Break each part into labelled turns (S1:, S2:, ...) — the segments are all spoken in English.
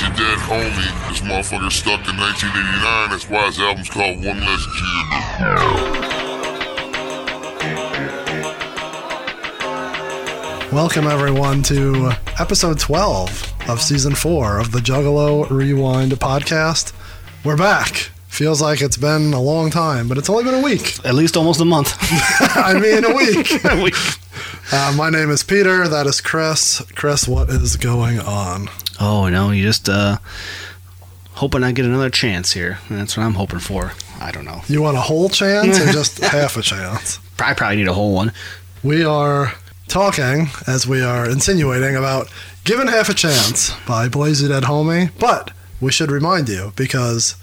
S1: homie. This motherfucker stuck in 1989. That's why his album's called One Less Junior.
S2: Welcome, everyone, to episode 12 of season four of the Juggalo Rewind podcast. We're back. Feels like it's been a long time, but it's only been a week.
S3: At least almost a month.
S2: I mean, a week.
S3: We-
S2: Uh, my name is Peter. That is Chris. Chris, what is going on?
S3: oh, no, you just uh, hoping I get another chance here. That's what I'm hoping for. I don't know.
S2: You want a whole chance or just half a chance?
S3: I probably need a whole one.
S2: We are talking, as we are insinuating, about Given Half a Chance by Blazy Dead Homie. But we should remind you, because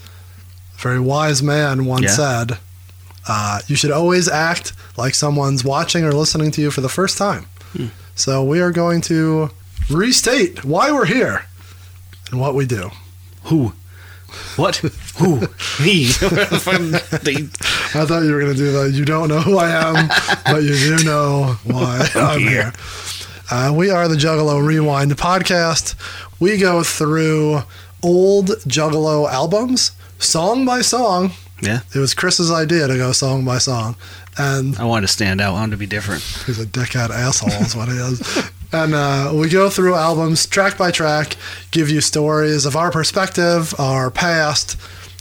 S2: a very wise man once
S3: Yeah.
S2: said, uh, you should always act like someone's watching or listening to you for the first time. So we are going to restate why we're here and what we do.
S3: Who? What? Who? Me? They-
S2: I thought you were going to do the you don't know who I am, but you do know why I'm here. Uh, we are the Juggalo Rewind podcast. We go through old Juggalo albums, song by song.
S3: yeah,
S2: It was Chris's idea to go song by song, and
S3: I wanted to stand out. I wanted to be different.
S2: he's a dickhead asshole, is what he is. And uh, we go through albums track by track, give you stories of our perspective, our past.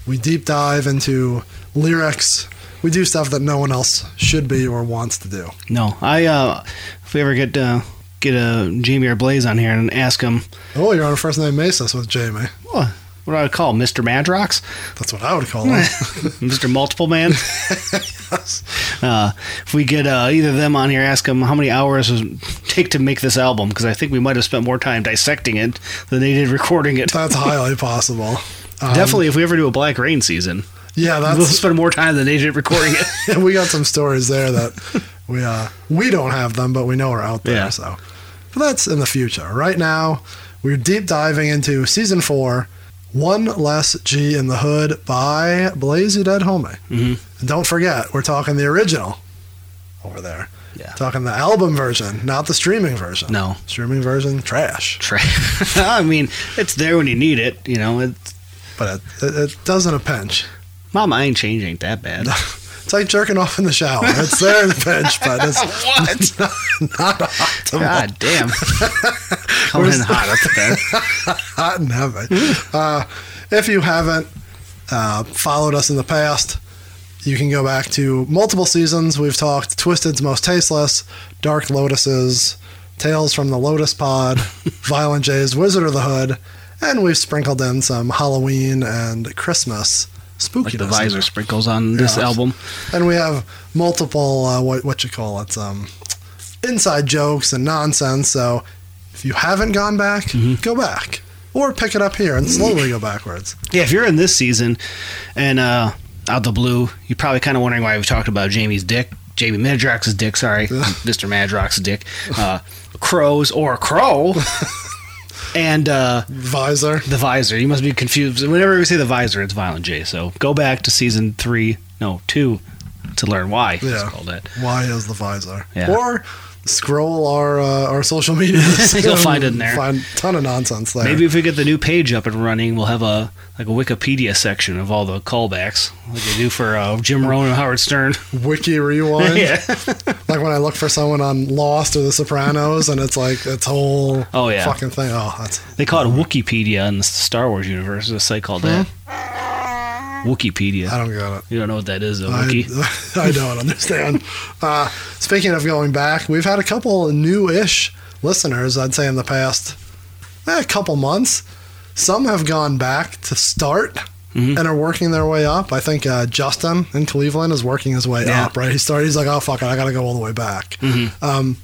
S2: We deep dive into lyrics. We do stuff that no one else should be or wants to do.
S3: No, I. Uh, if we ever get uh, get a Jamie or Blaze on here and ask him,
S2: Oh, you're on a first name basis with Jamie.
S3: oh, what do I call him? Mr. Madrox?
S2: That's what I would call him.
S3: Mr. Multiple Man. uh, if we get uh, either of them on here, ask them how many hours does it take to make this album because I think we might have spent more time dissecting it than they did recording it.
S2: That's highly possible. Um,
S3: Definitely, if we ever do a Black Rain season,
S2: Yeah,
S3: we'll
S2: that's
S3: spend more time than they did recording it.
S2: we got some stories there that we uh, we don't have them, but we know are out there.
S3: Yeah.
S2: So, but that's in the future. Right now, we're deep diving into season four, "One Less G in the Hood" by Blazy Dead Homie.
S3: Mm-hmm.
S2: And don't forget, we're talking the original over there.
S3: Yeah.
S2: Talking the album version, not the streaming version.
S3: No.
S2: streaming version trash,
S3: Tra- I mean, it's there when you need it. You know, it's,
S2: but it, it, it doesn't a pinch.
S3: Mom, I ain't change ain't that bad.
S2: It's like jerking off in the shower. It's there in the pinch, but it's
S3: what?
S2: not optimal.
S3: God damn. Coming in hot up there.
S2: hot and heavy. uh, if you haven't uh, followed us in the past, you can go back to multiple seasons. We've talked Twisted's Most Tasteless, Dark Lotuses, Tales from the Lotus Pod, Violent J's Wizard of the Hood, and we've sprinkled in some Halloween and Christmas spookiness.
S3: Like the visor sprinkles on this
S2: Yeah.
S3: album.
S2: And we have multiple uh, what what you call it um, inside jokes and nonsense. So if you haven't gone back,
S3: Mm-hmm.
S2: go back or pick it up here and slowly go backwards.
S3: Yeah, if you're in this season and uh, out the blue, you're probably kind of wondering why we've talked about Jamie's dick, Jamie Madrox's dick, sorry, Mr. Madrox's dick, uh, crows or crow, and uh,
S2: Visor.
S3: the visor. You must be confused. Whenever we say the visor, it's Violent J. So go back to season three, no, two, to learn why it's
S2: Yeah.
S3: called that.
S2: Why is the visor?
S3: Yeah.
S2: Or scroll our uh, our social media.
S3: You'll find it in there.
S2: Find a ton of nonsense there.
S3: Maybe if we get the new page up and running, we'll have a like a Wikipedia section of all the callbacks, like they do for uh, Jim Rohn and Howard Stern.
S2: wiki rewind.
S3: yeah.
S2: Like when I look for someone on Lost or The Sopranos, and it's like its whole
S3: Oh, yeah.
S2: fucking thing. Oh, that's
S3: They call it Wikipedia in the Star Wars universe. There's a site called that. Wikipedia.
S2: I don't get it.
S3: you don't know what that is, though, Wiki.
S2: I, I don't understand. uh, speaking of going back, we've had a couple new-ish listeners, I'd say, in the past eh, couple months. Some have gone back to start
S3: Mm-hmm.
S2: and are working their way up. I think uh, Justin in Cleveland is working his way
S3: Yeah. Mm-hmm.
S2: up, right? He started, he's like, oh, fuck it, I got to go all the way back. Um,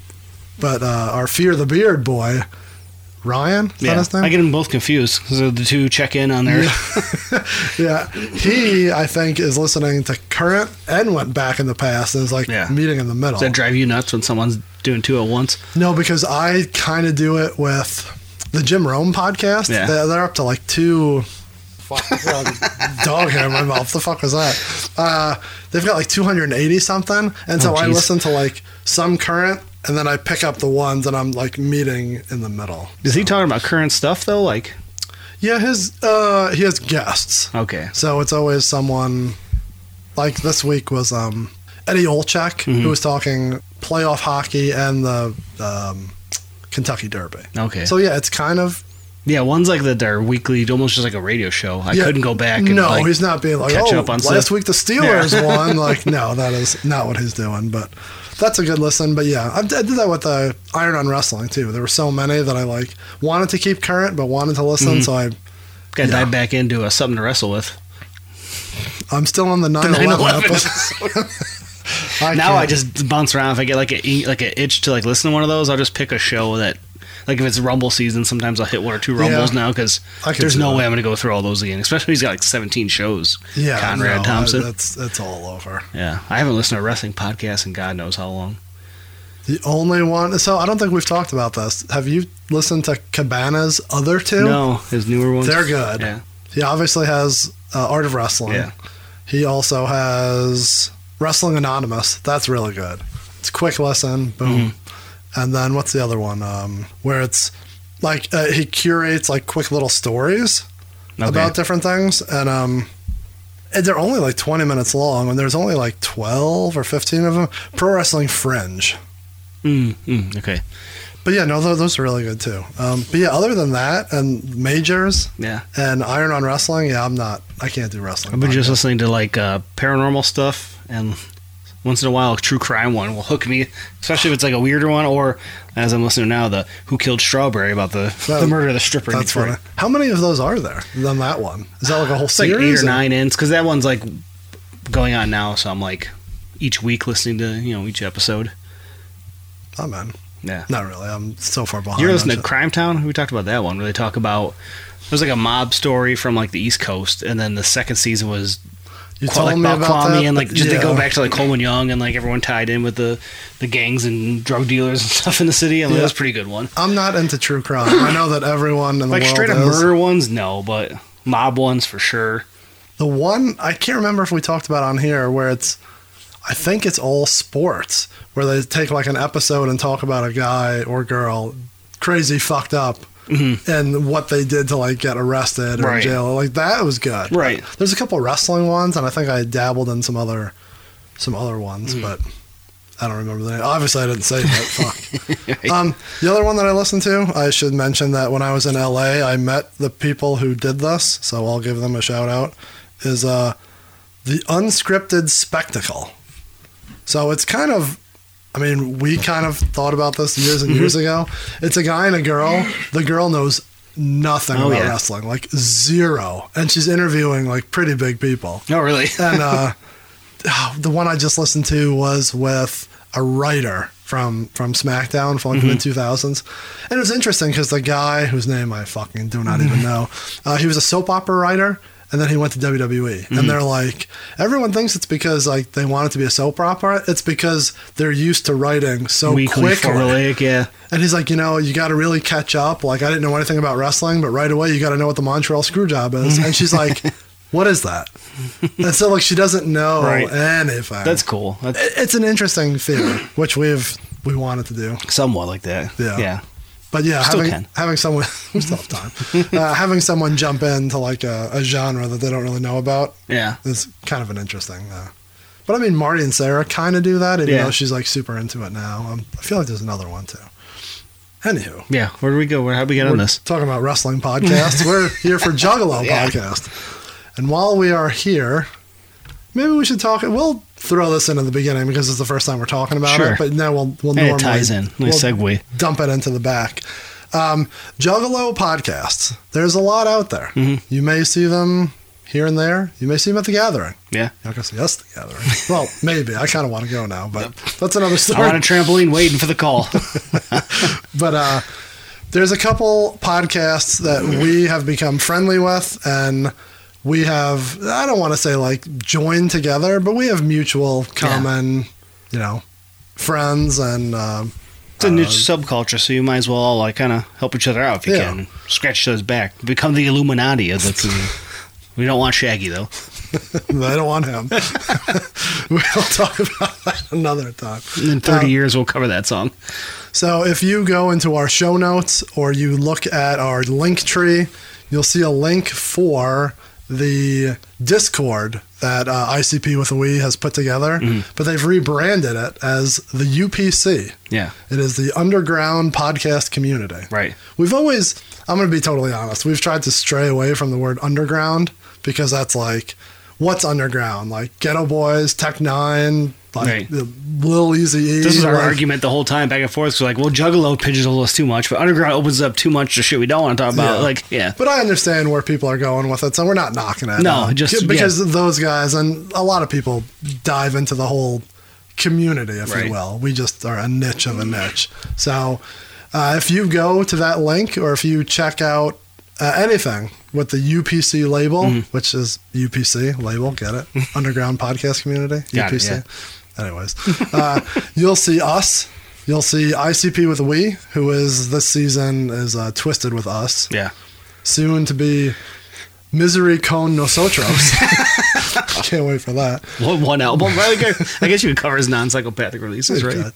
S2: but uh, our Fear the Beard boy, Ryan, is that
S3: Yeah,
S2: his name?
S3: I get them both confused because the two check in on there.
S2: Yeah, he I think is listening to current and went back in the past and is like
S3: Yeah.
S2: meeting in the middle.
S3: Does that drive you nuts when someone's doing two at once?
S2: no, because I kind of do it with the Jim Rome podcast.
S3: Yeah.
S2: They're, they're up to like two. Fuck, I've got dog hair in my mouth. The fuck was that? Uh, they've got like 280 something, and so
S3: Oh,
S2: I
S3: geez.
S2: listen to like some current, and then I pick up the ones, and I'm like meeting in the middle.
S3: Is he talking about current stuff though? Like,
S2: Yeah, his uh, he has guests,
S3: Okay.
S2: so it's always someone. Like this week was um, Eddie Olchek,
S3: Mm-hmm.
S2: who was talking playoff hockey and the um, Kentucky Derby.
S3: Okay.
S2: So yeah, it's kind of
S3: yeah, one's like the their weekly, almost just like a radio show. I
S2: yeah,
S3: couldn't go back. And
S2: no,
S3: like,
S2: he's not being like
S3: catch
S2: oh,
S3: up on
S2: last
S3: stuff."
S2: week the Steelers won. Like no, that is not what he's doing. But that's a good listen. But yeah, I, I did that with the Iron on Wrestling too. There were so many that I like wanted to keep current, but wanted to
S3: Mm-hmm.
S2: listen. So I
S3: got to dive back into uh, something to wrestle with.
S2: I'm still on the 9/11
S3: 9/11
S2: episode. I
S3: Now
S2: can't-
S3: I just bounce around. If I get like a like an itch to like listen to one of those, I'll just pick a show that, like if it's Rumble season, sometimes I'll hit one or two Rumbles
S2: Yeah.
S3: now because
S2: I can
S3: there's
S2: see
S3: no
S2: that.
S3: way I'm gonna go through all those again. Especially he's got like 17 shows. Conrad
S2: no,
S3: Thompson.
S2: I- That's that's all over.
S3: yeah, I haven't listened to a wrestling podcast in God knows how long.
S2: The only one. So I don't think we've talked about this. Have you listened to Cabana's other two?
S3: No, his newer ones.
S2: They're good.
S3: Yeah.
S2: He obviously has uh, Art of Wrestling.
S3: Yeah.
S2: He also has Wrestling Anonymous. That's really good. It's a quick lesson. Boom.
S3: Mm-hmm.
S2: And then what's the other one? Um, where it's like uh, he curates like quick little stories.
S3: Okay.
S2: about different things, and um, and they're only like twenty minutes long, and there's only like twelve or fifteen of them. Pro Wrestling Fringe,
S3: mm, mm, okay.
S2: but yeah, no, those, those are really good too. Um, but yeah, other than that, and majors
S3: Yeah.
S2: and Iron on Wrestling, yeah, I'm not, I can't do wrestling.
S3: I've been just listening to like uh, paranormal stuff and once in a while a true crime one will hook me, especially if it's like a weirder one or as I'm listening now the Who Killed Strawberry about the
S2: That-
S3: the murder of the stripper. in
S2: That's
S3: Detroit.
S2: funny. How many of those are there? Than that one? Is that like a whole
S3: It's like eight
S2: series?
S3: or nine ends because that one's like going on now, so I'm like each week listening to you know each episode.
S2: Oh man,
S3: Yeah.
S2: not really. I'm so far behind.
S3: You're
S2: on
S3: listening to
S2: shit.
S3: Crime Town. We talked about that one. Where they talk about there's like a mob story from like the East Coast, and then the second season was
S2: you
S3: Qua- like,
S2: told me
S3: about
S2: about
S3: Kwame
S2: that,
S3: and like
S2: but
S3: just they go
S2: yeah.
S3: back to like Coleman Young and like everyone tied in with the the gangs and drug dealers and stuff in the city. I mean,
S2: Yeah.
S3: that was a pretty good one.
S2: I'm not into true crime. I know that everyone in the
S3: Like
S2: world
S3: straight up
S2: is.
S3: murder ones, no, but mob ones for sure.
S2: The one I can't remember if we talked about on here where it's I think it's all sports where they take like an episode and talk about a guy or girl crazy fucked up and what they did to like get arrested or in
S3: Mm-hmm. Right.
S2: jail. Like that was good.
S3: Right.
S2: There's a couple wrestling ones and I think I dabbled in some other some other ones,
S3: Mm-hmm.
S2: but I don't remember the name. Obviously I didn't say that. Fuck. Um, the other one that I listened to, I should mention that when I was in LA, I met the people who did this, so I'll give them a shout out is uh, the unscripted spectacle. So it's kind of, I mean, we kind of thought about this years
S3: Mm-hmm.
S2: and years ago. It's a guy and a girl. The girl knows nothing
S3: Oh,
S2: about
S3: yeah.
S2: wrestling, like zero, and she's interviewing like pretty big people.
S3: No, really.
S2: And uh, the one I just listened to was with a writer from from SmackDown from
S3: Mm-hmm.
S2: like the mid two thousands, and it was interesting because the guy whose name I fucking do not
S3: Mm-hmm.
S2: even know, uh, he was a soap opera writer. And then he went to WWE,
S3: Mm-hmm.
S2: and they're like, everyone thinks it's because like they want it to be a soap opera. It's because they're used to writing so
S3: Weekly
S2: quickly.
S3: formulaic, yeah.
S2: And he's like, you know, you got to really catch up. Like, I didn't know anything about wrestling, but right away, you got to know what the Montreal Screwjob is. And she's like, what is that? And so, like, she doesn't know
S3: Right.
S2: anything.
S3: That's cool. That's
S2: It- it's an interesting theory, which we've we wanted to do.
S3: somewhat like that.
S2: Yeah.
S3: Yeah.
S2: But yeah,
S3: Still
S2: having
S3: can.
S2: having someone we still have time, uh, having someone jump into like a, a genre that they don't really know about
S3: Yeah.
S2: is kind of an interesting. Uh, but I mean, Marty and Sarah kind of do that, even
S3: Yeah.
S2: though she's like super into it now. Um, I feel like there's another one too. Anywho,
S3: Yeah. Where do we go? Where how do we get on
S2: We're
S3: this?
S2: Talking about wrestling podcast. We're here for Juggalo
S3: Yeah.
S2: podcast. And while we are here, maybe we should talk. We'll throw this in at the beginning because it's the first time we're talking about
S3: Sure.
S2: it. But now we'll we'll
S3: And
S2: normally
S3: it ties in. Nice
S2: we'll
S3: segue.
S2: dump it into the back. Um, Juggalo podcasts. There's a lot out there.
S3: Mm-hmm.
S2: You may see them here and there. You may see them at the gathering.
S3: Yeah.
S2: You're not gonna see us at the gathering. well, maybe. I kind of want to go now, but that's another story.
S3: I'm on a trampoline waiting for the call.
S2: But uh, there's a couple podcasts that we have become friendly with, and we have, I don't want to say like joined together, but we have mutual common, you know, friends and. Um,
S3: It's a niche subculture, so you might as well all like kind of help each other out if you
S2: Yeah.
S3: can. Scratch those back. Become the Illuminati of the community. we don't want Shaggy though.
S2: I don't want him. we'll talk about that another time.
S3: In 30 years, we'll cover that song.
S2: So if you go into our show notes or you look at our link tree, you'll see a link for the Discord that uh, ICP with a Wii has put together,
S3: Mm-hmm.
S2: but they've rebranded it as the UPC.
S3: Yeah.
S2: It is the underground podcast community.
S3: Right.
S2: We've always, I'm going to be totally honest, we've tried to stray away from the word underground because that's like, what's underground? Like Ghetto Boys, Tech Nine, like
S3: Right.
S2: the Lil Easy E.
S3: This is our
S2: like-
S3: argument the whole time back and forth. So like, well, Juggalo pigeonholes us too much, but Underground opens up too much to shit we don't want to talk about.
S2: Yeah.
S3: Like, yeah,
S2: But I understand where people are going with it, so we're not knocking it.
S3: No,
S2: Uh,
S3: just-
S2: c- because those guys and a lot of people dive into the whole community, if
S3: Right.
S2: you will. We just are a niche of a niche. So uh, if you go to that link or if you check out uh, anything with the UPC label,
S3: Mm-hmm.
S2: which is UPC label, get it? Underground Podcast Community,
S3: Got it,
S2: UPC. Anyways, uh, you'll see us. You'll see ICP with we, who is this season is uh, twisted with us
S3: yeah.
S2: soon to be Misery Con Nosotros. Can't wait for that.
S3: One, one album. Well, I guess- I guess you could cover his non-psychopathic releases, right?
S2: God.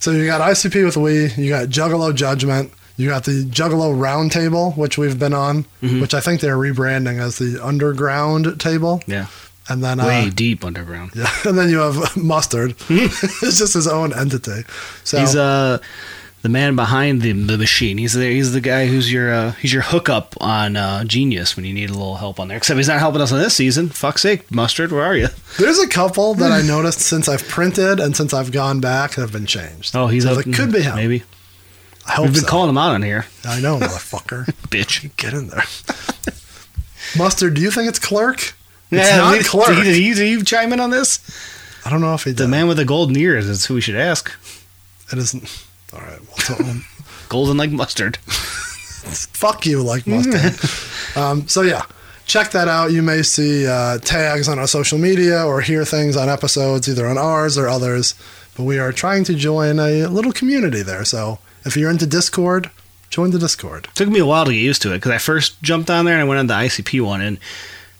S2: So you got ICP with we, you got Juggalo Judgment, you got the Juggalo Roundtable, which we've been on,
S3: Mm-hmm.
S2: which I think they're rebranding as the Underground Table,
S3: Yeah,
S2: and then
S3: way
S2: uh,
S3: deep underground.
S2: yeah, and then you have Mustard. it's just his own entity. So
S3: Hmm. He's uh the man behind the, the machine. He's there. He's the guy who's your uh, he's your hookup on uh, Genius when you need a little help on there. Except he's not helping us on this season. Fuck's sake, mustard, where are you?
S2: there's a couple that
S3: Hmm.
S2: I noticed since I've printed and since I've gone back that have been changed.
S3: Oh, he's
S2: so
S3: up.
S2: It could be him.
S3: Maybe
S2: I hope
S3: we've been
S2: so.
S3: calling him out on here,
S2: I know, motherfucker.
S3: bitch.
S2: Get in there. Mustard, do you think it's Clerk? It's
S3: Yeah,
S2: not
S3: we-
S2: Clerk.
S3: Did, he- did you chime in on this?
S2: I don't know if he did.
S3: The man with the golden ears is who we should ask.
S2: It isn't. All right. Well, so, um,
S3: Golden like mustard.
S2: fuck you, like Mustard. um, so, yeah. Check that out. You may see uh, tags on our social media or hear things on episodes, either on ours or others. But we are trying to join a little community there. So if you're into Discord, join the Discord.
S3: Took me a while to get used to it because I first jumped on there and I went on the ICP one and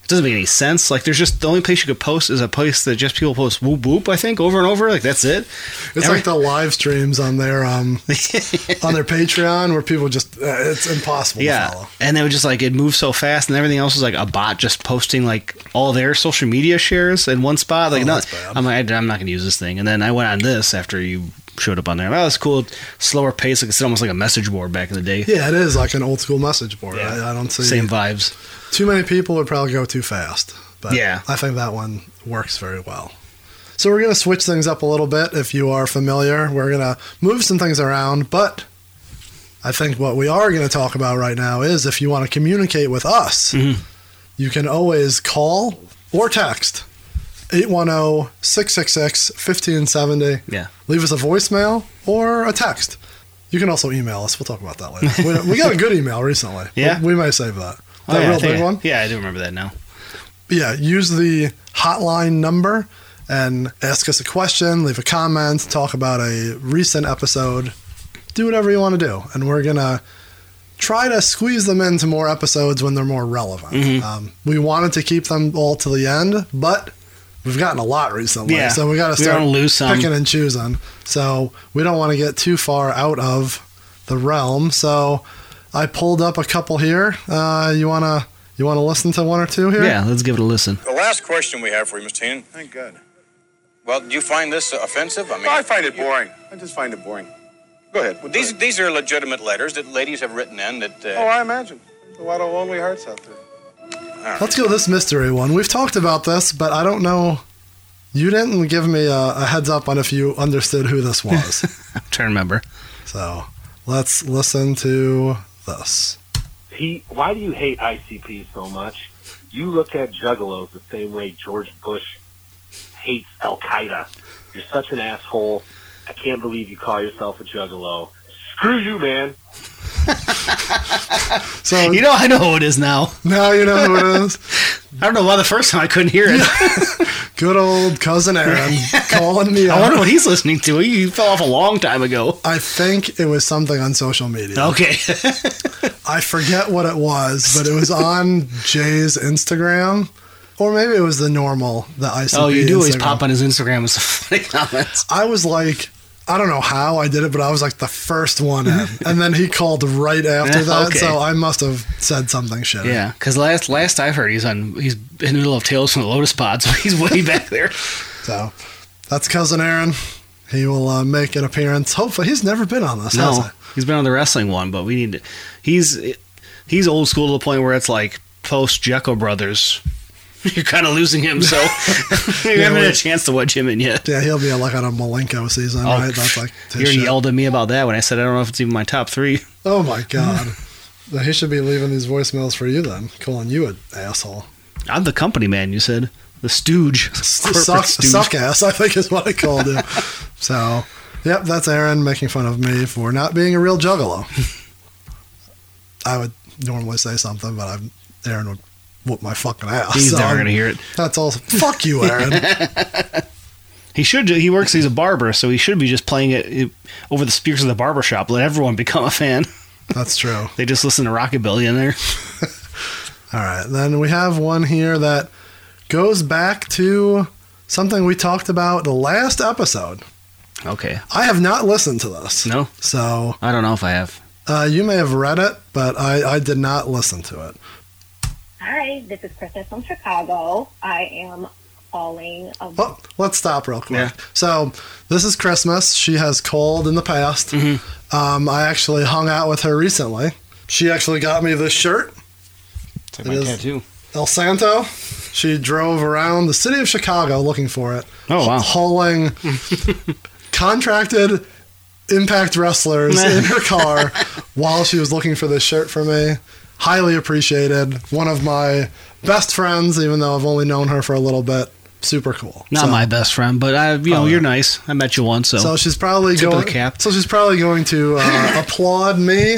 S3: it doesn't make any sense. Like there's just the only place you could post is a place that just people post whoop whoop I think over and over. Like that's it.
S2: It's
S3: Every-
S2: like the live streams on their um, on their Patreon where people just uh, it's impossible
S3: yeah,
S2: to follow.
S3: and they would just like it moved so fast and everything else was like a bot just posting like all their social media shares in one spot. Like
S2: Oh,
S3: no,
S2: that's bad.
S3: I'm like I- I'm not gonna use this thing. And then I went on this after you showed up on there. That was cool. Slower pace. Like it's almost like a message board back in the day.
S2: Yeah, it is like an old school message board.
S3: Yeah.
S2: I, I don't see
S3: Same vibes.
S2: too many people would probably go too fast. But
S3: Yeah.
S2: I think that one works very well. So we're gonna switch things up a little bit. If you are familiar, we're gonna move some things around. But I think what we are gonna talk about right now is if you want to communicate with us,
S3: Mm-hmm.
S2: you can always call or text oh, 810-666-1570.
S3: Yeah.
S2: Leave us a voicemail or a text. You can also email us. We'll talk about that later. we, we got a good email recently.
S3: Yeah?
S2: We, we might save that.
S3: Oh,
S2: That
S3: yeah, I
S2: real
S3: think
S2: big
S3: I-
S2: one?
S3: Yeah, I do remember that now.
S2: yeah, use the hotline number and ask us a question, leave a comment, talk about a recent episode, do whatever you want to do. And we're going to try to squeeze them into more episodes when they're more relevant.
S3: Mm-hmm.
S2: Um, we wanted to keep them all to the end, but we've gotten a lot recently.
S3: Yeah.
S2: So we got to
S3: We
S2: start
S3: don't lose some.
S2: picking and choosing. So we don't want to get too far out of the realm. So I pulled up a couple here. Uh, you want to. You want to listen to one or two here?
S3: Yeah, let's give it a listen.
S4: The last question we have for you, Mr. Heenan.
S5: Thank God.
S4: Well, do you find this offensive? I mean,
S5: I find it boring. I just find it boring. Go ahead. Well,
S4: these these are legitimate letters that ladies have written in. That uh,
S5: Oh, I imagine. There's a lot of lonely hearts out there.
S2: Let's go this mystery one. We've talked about this, but I don't know. You didn't give me a, a heads up on if you understood who this was.
S3: I'm trying to remember.
S2: so let's listen to this.
S6: Pete, why do you hate ICP so much? You look at juggalos the same way George Bush hates Al Qaeda. You're such an asshole. I can't believe you call yourself a juggalo. Screw you, man.
S2: So
S3: You know, I know who it is now.
S2: now you know who it is.
S3: I don't know why the first time I couldn't hear it.
S2: Good old cousin Aaron calling me
S3: I wonder
S2: out.
S3: what he's listening to. He fell off a long time ago.
S2: I think it was something on social media.
S3: Okay.
S2: I forget what it was, but it was on Jay's Instagram, or maybe it was the normal the ICP.
S3: oh, you do always
S2: Instagram.
S3: pop on his Instagram with some funny comments.
S2: I was like, I don't know how I did it, but I was like the first one in. and then he called right after
S3: Yeah,
S2: that,
S3: okay.
S2: so I must have said something shitty.
S3: Yeah, because last last I've heard, he's on he's in the middle of Tales from the Lotus Pod, so he's way back there.
S2: So that's cousin Aaron. He will uh, make an appearance. Hopefully, he's never been on this. has
S3: No,
S2: he?
S3: he's been on the wrestling one, but we need to. He's he's old school to the point where it's like post Jekyll Brothers. You're kind of losing him, so you haven't
S2: we-
S3: had a chance to watch him in yet.
S2: Yeah, he'll be uh, like on a Malenko season,
S3: Oh,
S2: right? That's like his
S3: you
S2: shit.
S3: yelled at me about that when I said I don't know if it's even my top three.
S2: Oh my god. Well, he should be leaving these voicemails for you then, calling you an asshole.
S3: I'm the company man. You said the Stooge, Corporate
S2: Suck, suck ass, I think is what I called him. so, yep, that's Aaron making fun of me for not being a real juggalo. I would normally say something, but I'm, Aaron would whoop my fucking ass.
S3: He's
S2: so
S3: never
S2: I'm-
S3: gonna hear it.
S2: That's all. Fuck you, Aaron.
S3: He should. do- He works. He's a barber, so he should be just playing it, it over the speakers of the barber shop. Let everyone become a fan.
S2: that's true.
S3: They just listen to rockabilly in there.
S2: All right, then we have one here that goes back to something we talked about the last episode.
S3: Okay.
S2: I have not listened to this.
S3: No,
S2: So
S3: I don't know if I have.
S2: uh, you may have read it, but I, I did not listen to it.
S7: Hi, this is Krista from Chicago. I am calling. A-
S2: Well, Oh, let's stop real quick.
S3: Yeah.
S2: So this is Christmas. She has cold in the past. Um, I actually hung out with her recently. She actually got me this shirt.
S3: It's like
S2: It my is. tattoo. El Santo. She drove around the city of Chicago looking for it.
S3: Oh, wow.
S2: Hauling contracted impact wrestlers in her car while she was looking for this shirt for me. Highly appreciated. One of my best friends, even though I've only known her for a little bit. Super cool.
S3: Not
S2: So-
S3: my best friend, but I, you know, you're nice. I met you once, Oh, so,
S2: So she's probably
S3: Tip of the
S2: going.
S3: cap.
S2: So she's probably going to uh, applaud me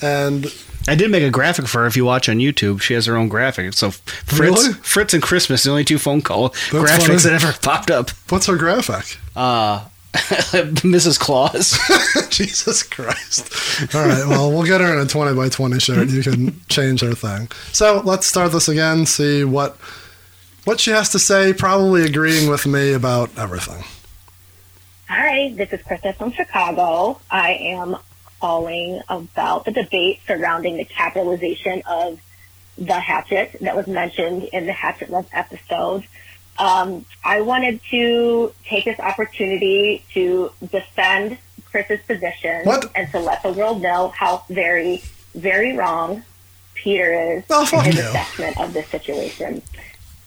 S2: and
S3: I did make a graphic for her. If you watch on YouTube, she has her own graphic. So Fritz,
S2: Really?
S3: Fritz and Christmas, the only two phone call graphics
S2: funny.
S3: that ever popped up.
S2: what's her graphic?
S3: Uh, Mrs. Claus.
S2: Jesus Christ. All right. Well, we'll get her in a 20 by 20 shirt. You can change her thing. So let's start this again, see what what she has to say, probably agreeing with me about everything.
S7: Hi, this is Krista from Chicago. I am calling about the debate surrounding the capitalization of the hatchet that was mentioned in the hatchet love episode. Um, I wanted to take this opportunity to defend Chris's position
S2: What?
S7: and to let the world know how very, very wrong Peter is
S2: Oh,
S7: in
S2: fuck
S7: his
S2: you.
S7: assessment of this situation.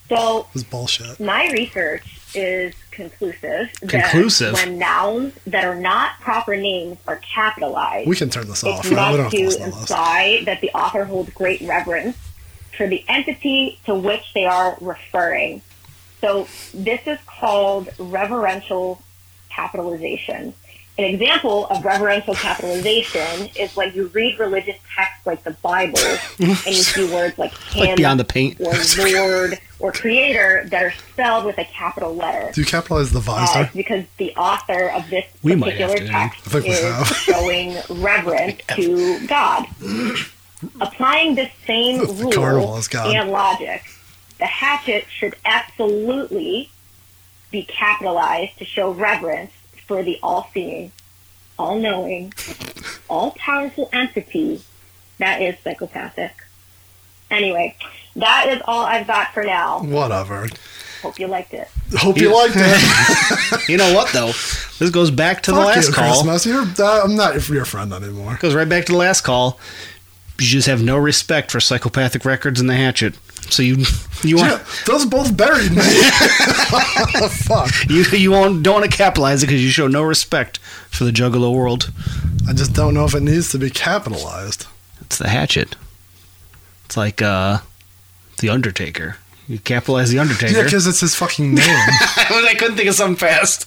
S7: So
S2: This is bullshit.
S7: my research is conclusive. that
S3: Conclusive?
S7: When nouns that are not proper names are capitalized,
S2: We can turn this off.
S7: it's
S2: Right? We don't
S7: meant
S2: have to
S7: to
S2: listen to this.
S7: imply that the author holds great reverence for the entity to which they are referring. So this is called reverential capitalization. An example of reverential capitalization is when you read religious texts like the Bible and you see words like him
S3: Like Beyond the Paint.
S7: or Lord or Creator that are spelled with a capital letter.
S2: Do you capitalize the
S7: Uh,
S2: visor?
S7: it's because the author of this
S3: We might
S7: particular
S3: have to,
S7: text
S2: I think we have.
S7: is showing reverence to God. Applying the same
S2: The
S7: rule
S2: carnival is God.
S7: and logic, the hatchet should absolutely be capitalized to show reverence for the all-seeing, all-knowing, all-powerful entity that is psychopathic. Anyway, that is all I've got for now.
S2: Whatever.
S7: Hope you liked it.
S2: Hope you liked it.
S3: you know what though? This goes back to the
S2: Fuck
S3: last
S2: you,
S3: call.
S2: Christmas. You're, uh, I'm not your friend anymore.
S3: Goes right back to the last call. You just have no respect for psychopathic records and the hatchet. So you you want
S2: Yeah, those both buried me. Fuck.
S3: you you won't, don't want to capitalize it because you show no respect for the Juggalo world.
S2: I just don't know if it needs to be capitalized.
S3: It's the hatchet. It's like uh, the Undertaker. You capitalize the
S2: Yeah,
S3: Undertaker.
S2: because it's his fucking name.
S3: I couldn't think of something fast.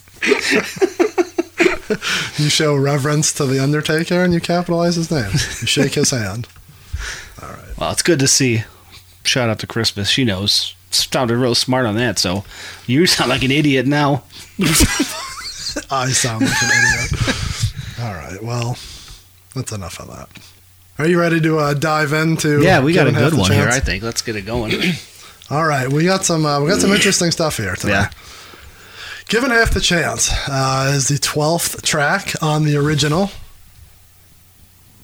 S2: You show reverence to the Undertaker and you capitalize his name. You shake his hand.
S3: Well, it's good to see. Shout out to Christmas. She knows. Sounded real smart on that. So you sound like an idiot now.
S2: I sound like an idiot. All right, well, that's enough of that. Are you ready to uh, dive into?
S3: Yeah, we got a
S2: Given Half
S3: good
S2: the
S3: one here. I
S2: Chance?
S3: think. Let's get it going.
S2: All right, we got some. Uh, we got some interesting stuff here today.
S3: Yeah.
S2: Given half the chance uh, is the twelfth track on the original.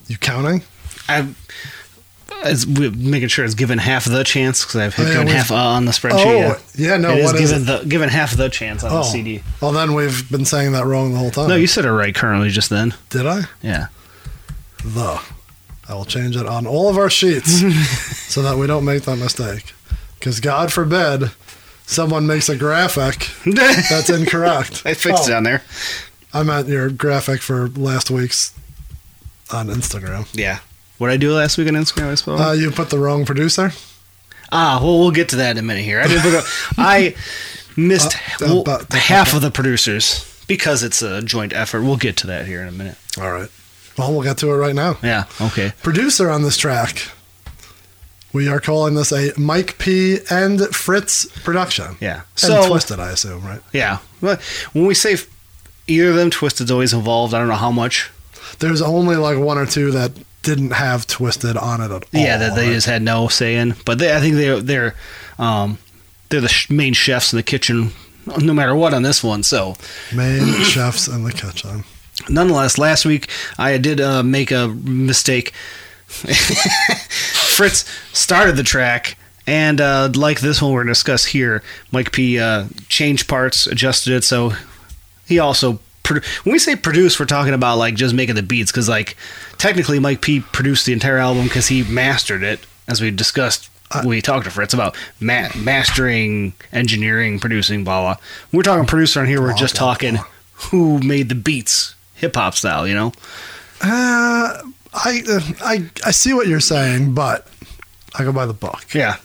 S2: You counting?
S3: I've it's we're making sure it's given half the chance because I've
S2: Oh, yeah,
S3: given
S2: we've-
S3: half uh, on the spreadsheet.
S2: Oh,
S3: yeah.
S2: yeah, no,
S3: it is
S2: what is Oh,
S3: given the given half the chance on the CD.
S2: Well, then we've been saying that wrong the whole time.
S3: No, you said it right. Currently, just then.
S2: Did I?
S3: Yeah.
S2: The. I will change it on all of our sheets so that we don't make that mistake. Because God forbid someone makes a graphic
S3: I
S2: that's incorrect.
S3: fixed it
S2: Oh,
S3: on there.
S2: I meant your graphic for last week's on Instagram.
S3: Yeah. What I do last week on Instagram, I suppose.
S2: Uh, you put the wrong producer.
S3: ah, well, we'll get to that in a minute here. I, didn't look up- I missed
S2: Uh,
S3: well,
S2: about-
S3: half of the producers because it's a joint effort. We'll get to that here in a minute.
S2: All right. Well, we'll get to it right now.
S3: Yeah. Okay.
S2: Producer on this track. We are calling this a Mike P. and Fritz production.
S3: Yeah.
S2: and
S3: So
S2: Twisted, I assume, right?
S3: yeah, Well, when we say f- either of them, Twisted's always involved. I don't know how much.
S2: There's only like one or two that didn't have Twisted on it at all.
S3: yeah, that they
S2: right?
S3: just had no say in. But they, I think they're they're um, they're the sh- main chefs in the kitchen, no matter what on this one. So
S2: main chefs in the kitchen.
S3: nonetheless, last week I did uh, make a mistake. Fritz started the track, and uh, like this one we're going to discuss here, Mike P uh, changed parts, adjusted it, so he also. produ- When we say produce, we're talking about like just making the beats because, like, technically, Mike P produced the entire album because he mastered it, as we discussed. we talked to Fritz about ma- mastering, engineering, producing, blah blah. We're talking producer on here. We're just talking who made the beats, hip hop style. You know,
S2: Uh, I, uh, I, I see what you're saying, but I go by the book.
S3: yeah.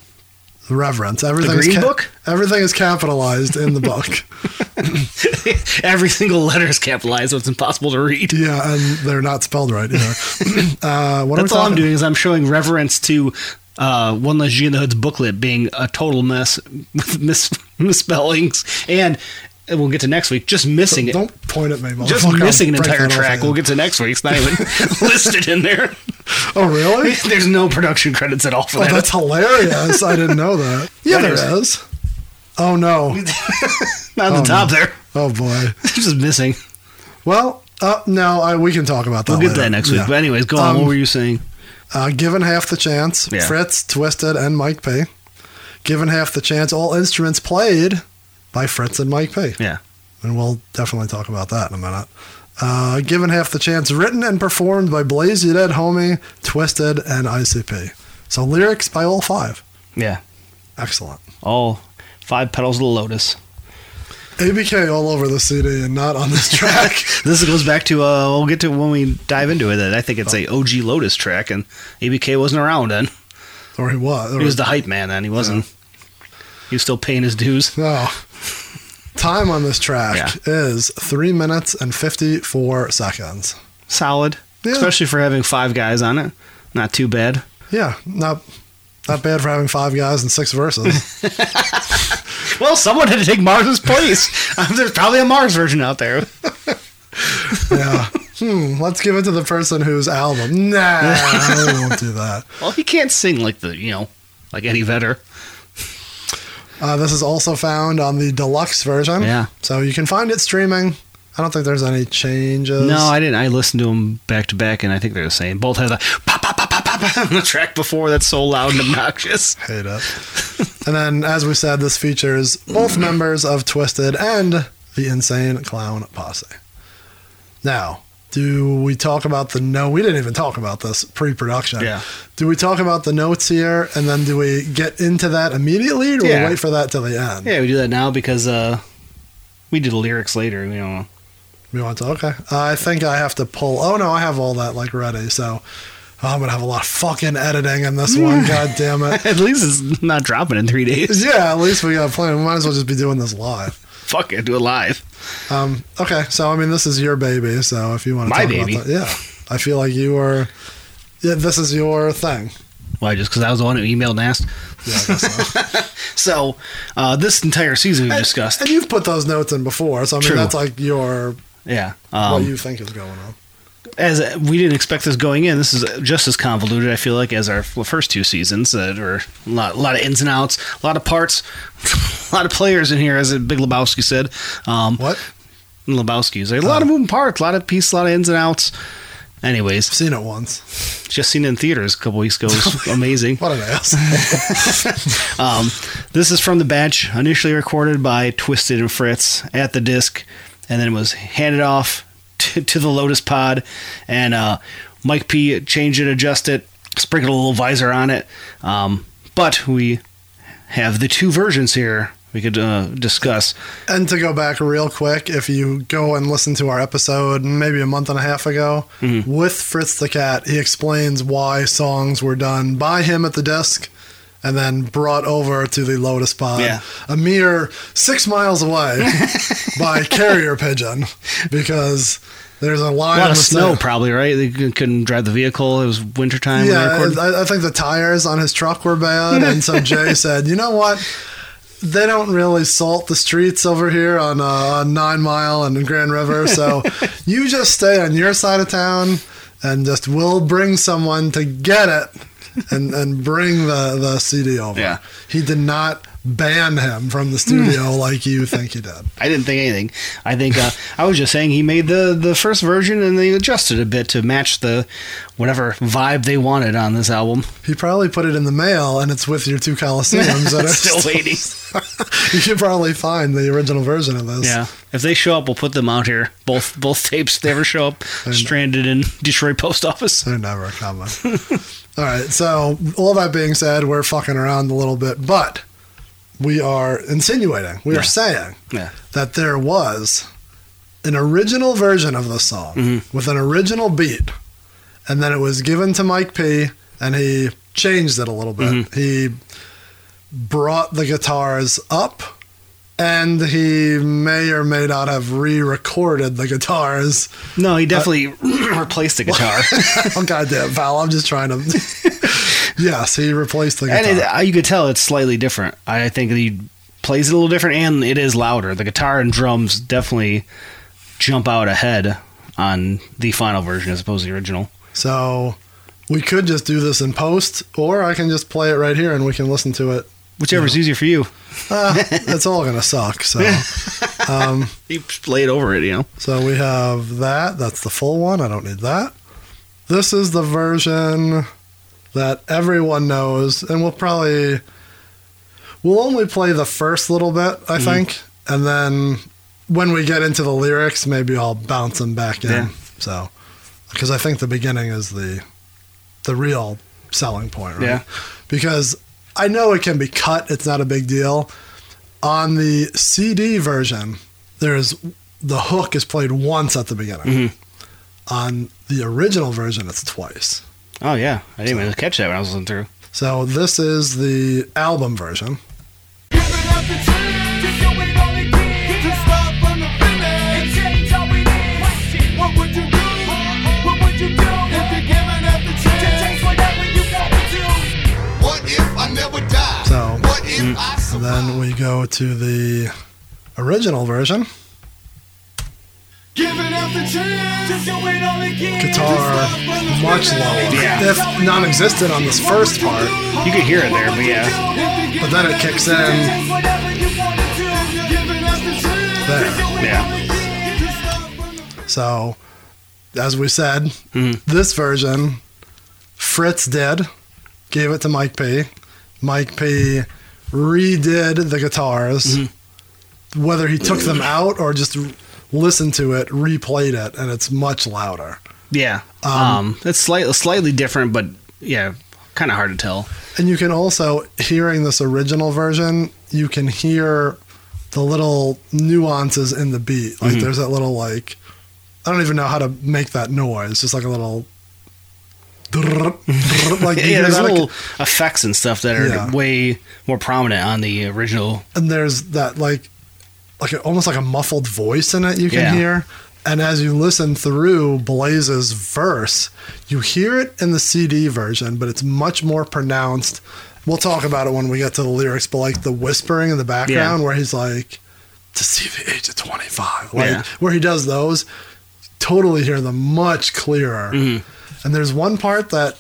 S2: The reverence. Everything
S3: green
S2: is
S3: book?
S2: Everything is capitalized in the book.
S3: Every single letter is capitalized, so it's impossible to read.
S2: yeah, and they're not spelled right either. uh, what are we
S3: That's all I'm
S2: talking-
S3: doing is I'm showing reverence to uh, One Less G in the Hood's booklet being a total mess with mis- misspellings, and and we'll get to next week just missing it.
S2: Don't point at me,
S3: Just
S2: motherfucker. I'll
S3: missing an
S2: break
S3: entire
S2: that off
S3: track.
S2: you.
S3: We'll get to next week. It's not even listed in there.
S2: oh, really?
S3: There's no production credits at all for
S2: Oh,
S3: that.
S2: that's hilarious. I didn't know that. Yeah,
S3: There
S2: there is. Oh no.
S3: not at the
S2: oh,
S3: top
S2: no.
S3: there.
S2: Oh boy.
S3: It's just missing.
S2: Well, uh, no, I, we can talk about that.
S3: We'll get to
S2: later.
S3: that next week.
S2: Oh, Yeah.
S3: But anyways, go on.
S2: Um,
S3: What were you saying?
S2: Uh, given half the chance,
S3: Yeah.
S2: Fritz, Twisted, and Mike P. Given half the chance, all instruments played by Fritz and Mike P.
S3: Yeah.
S2: And we'll definitely talk about that in a minute. Uh, given half the chance, written and performed by Blaze Your Dead Homie, Twisted, and ICP. So lyrics by all five.
S3: Yeah.
S2: Excellent.
S3: All five petals of the lotus.
S2: ABK all over the CD and not on this track.
S3: This goes back to uh, we'll get to when we dive into it. that I think it's a OG Lotus track, and ABK wasn't around then.
S2: or he was. Or
S3: He was the hype man then. He wasn't. He was still paying his dues.
S2: No. Time on this track
S3: Yeah.
S2: is three minutes and 54 seconds.
S3: Solid,
S2: Yeah.
S3: especially for having five guys on it. Not too bad.
S2: Yeah, not not bad for having five guys and six verses.
S3: Well, someone had to take Mars's place. Um, There's probably a Mars version out there.
S2: yeah. Hmm. Let's give it to the person whose album. Nah, we won't do that.
S3: Well, he can't sing like the you know, like Eddie Vedder.
S2: Uh, this is also found on the deluxe version.
S3: Yeah.
S2: So you can find it streaming. I don't think there's any changes.
S3: No, I didn't. I listened to them back to back, and I think they're the same. Both had the pop, pop, pop, pop, pop, pop on the track before. That's so loud and obnoxious.
S2: hate it. and then, as we said, this features both members of Twisted and the Insane Clown Posse. Now, do we talk about the no? We didn't even talk about this pre-production.
S3: Yeah.
S2: Do we talk about the notes here, and then do we get into that immediately, or do
S3: Yeah.
S2: we wait for that till the end?
S3: Yeah, we do that now because uh, we do the lyrics later. You know,
S2: We want to. Okay. I think I have to pull. Oh no, I have all that like ready. So. oh, I'm gonna have a lot of fucking editing in this
S3: Mm.
S2: one. God damn it!
S3: at least it's not dropping in three days.
S2: Yeah, at least we got a plan. We might as well just be doing this live.
S3: Fuck it, do it live.
S2: Um, okay, so I mean, this is your baby. So if you want to
S3: My
S2: talk
S3: baby.
S2: about that, yeah, I feel like you are. Yeah, this is your thing.
S3: Why? Just because I was the one who emailed and asked.
S2: Yeah, I guess so.
S3: So uh, this entire season we've discussed.
S2: and you've put those notes in before, so I mean,
S3: True.
S2: that's like your
S3: Yeah.
S2: what
S3: Um,
S2: you think is going on.
S3: as we didn't expect this going in, this is just as convoluted. I feel like as our f- first two seasons that are a lot, a lot of ins and outs, a lot of parts, a lot of players in here, as Big Lebowski said. Um,
S2: What?
S3: Lebowski's like a lot of moving parts, a lot of pieces, a lot of ins and outs. Anyways,
S2: Seen it once.
S3: just seen it in theaters a couple weeks ago. It was amazing.
S2: What an ass.
S3: Um, this is from the batch, initially recorded by Twisted and Fritz at the disc, and then it was handed off to, to the Lotus Pod, and uh, Mike P changed it, adjusted it, sprinkled a little visor on it. Um, but we have the two versions here we could uh, discuss.
S2: And to go back real quick, if you go and listen to our episode maybe a month and a half ago
S3: Mm-hmm.
S2: with Fritz the Cat, he explains why songs were done by him at the desk and then brought over to the Lotus Pod,
S3: Yeah.
S2: a mere six miles away by carrier pigeon, because there's a line
S3: A lot
S2: on
S3: of
S2: the
S3: snow,
S2: side-
S3: probably, right? They c- couldn't drive the vehicle. It was wintertime. when they
S2: Yeah,
S3: recorded.
S2: I, I think the tires on his truck were bad, and so Jay said, "You know what? They don't really salt the streets over here on, uh, on Nine Mile and Grand River, so you just stay on your side of town, and just we'll bring someone to get it, and and bring the the CD over."
S3: Yeah. Hmm.
S2: he did not ban him from the studio like you think he did.
S3: I didn't think anything. I think uh, I was just saying he made the the first version and they adjusted a bit to match the whatever vibe they wanted on this album.
S2: He probably put it in the mail, and it's with your two Coliseums that are
S3: Still waiting.
S2: you can probably find the original version of this.
S3: Yeah. If they show up, we'll put them out here. Both both tapes they ever show up stranded in Detroit post office.
S2: They're never coming. all right. So, all that being said, we're fucking around a little bit, but we are insinuating, we
S3: Yeah.
S2: are saying
S3: Yeah.
S2: that there was an original version of the song
S3: Mm-hmm.
S2: with an original beat, and then it was given to Mike P, and he changed it a little bit.
S3: Mm-hmm.
S2: He brought the guitars up. And he may or may not have re-recorded the guitars
S3: No, he definitely Uh, replaced the guitar.
S2: oh goddamn, Val! I'm just trying to. yes, he replaced the guitar.
S3: and it, uh, you could tell it's slightly different. I think he plays it a little different, and it is louder. The guitar and drums definitely jump out ahead on the final version as opposed to the original.
S2: so we could just do this in post, or I can just play it right here and we can listen to it.
S3: Whichever's easier for you.
S2: Uh, it's all gonna suck. So,
S3: You play it over it, you know.
S2: so we have that. That's the full one. I don't need that. This is the version that everyone knows, and we'll probably we'll only play the first little bit, I
S3: Mm-hmm.
S2: think, and then when we get into the lyrics, maybe I'll bounce them back in.
S3: Yeah.
S2: So, because I think the beginning is the the real selling point, right?
S3: Yeah.
S2: Because I know it can be cut; it's not a big deal. On the CD version, there's the hook is played once at the beginning. On the original version, it's twice.
S3: Oh yeah, I didn't even catch that when I was listening through.
S2: So this is the album version. So and then we go to the original version. Guitar much lower,
S3: Yeah.
S2: if non-existent on this first part,
S3: You could hear it there, but yeah,
S2: but then it kicks in. There.
S3: yeah,
S2: So, as we said,
S3: Mm-hmm.
S2: this version, Fritz did, gave it to Mike P. Mike P. redid the guitars,
S3: Mm-hmm.
S2: whether he took them out or just r- listened to it, replayed it, and it's much louder.
S3: yeah. Um, it's slightly slightly different, but yeah, kind of hard to tell.
S2: And you can also, hearing this original version, you can hear the little nuances in the beat.
S3: Mm-hmm.
S2: Like there's that little like, I don't even know how to make that noise. Just like a little. like you
S3: Yeah,
S2: hear
S3: there's
S2: that?
S3: little effects and stuff that are
S2: Yeah.
S3: way more prominent on the original.
S2: and there's that like, like a, almost like a muffled voice in it you can
S3: Yeah.
S2: hear. And as you listen through Blaze's verse, you hear it in the CD version, but it's much more pronounced. We'll talk about it when we get to the lyrics, but like the whispering in the background where he's like, to see the age of 25, like
S3: Yeah.
S2: where he does those. totally hear them much clearer.
S3: Mm-hmm.
S2: And there's one part that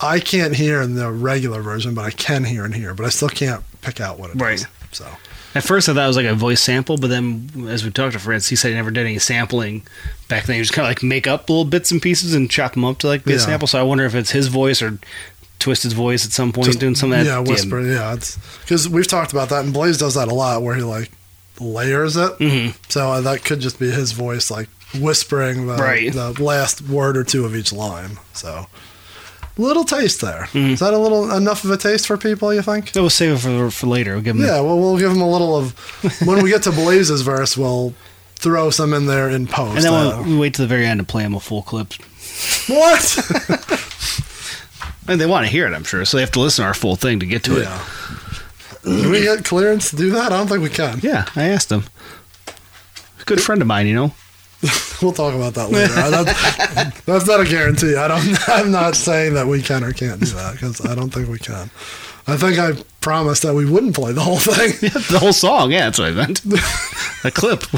S2: I can't hear in the regular version, but I can hear in here, but I still can't pick out what it is.
S3: Right.
S2: So
S3: At first, I thought it was like a voice sample, but then as we talked to Fritz, he said he never did any sampling back then. He just kind of like make up little bits and pieces and chop them up to like be a
S2: Yeah.
S3: sample. So I wonder if it's his voice or Twisted's voice at some point
S2: Just-
S3: doing some of that.
S2: Yeah, whisper. Yeah, it's because we've talked about that, and Blaze does that a lot, where he like layers it.
S3: Mhm.
S2: So uh, that could just be his voice, like whispering the,
S3: Right.
S2: the last word or two of each line. So little taste there. Is
S3: Mm-hmm.
S2: that a little enough of a taste for people? You think?
S3: So we'll save it for, for later. We'll give him.
S2: Yeah. Well, we'll give him a little of when we get to Blaze's verse. We'll throw some in there in post.
S3: And then
S2: uh,
S3: we'll, we wait to the very end to play him a full clip.
S2: what?
S3: And they want to hear it, I'm sure. So they have to listen to our full thing to get to it.
S2: yeah. Do we get clearance to do that? I don't think we can.
S3: Yeah, I asked him. Good friend of mine, you know.
S2: We'll talk about that later. That- that's not a guarantee. I don't. I'm not saying that we can or can't do that because I don't think we can. I think I promised that we wouldn't play the whole thing.
S3: the whole song. Yeah, that's what I meant. a clip.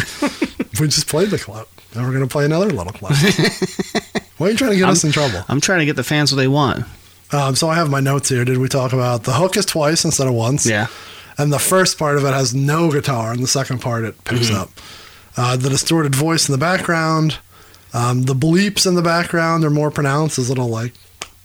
S2: We just played the clip. Now we're gonna play another little clip. Why are you trying to get us in trouble?
S3: I'm trying to get the fans what they want.
S2: Um, so I have my notes here. Did we talk about the hook is twice instead of once?
S3: Yeah.
S2: And the first part of it has no guitar, and the second part it picks
S3: Mm-hmm.
S2: up. Uh, the distorted voice in the background, um, the bleeps in the background are more pronounced. As little like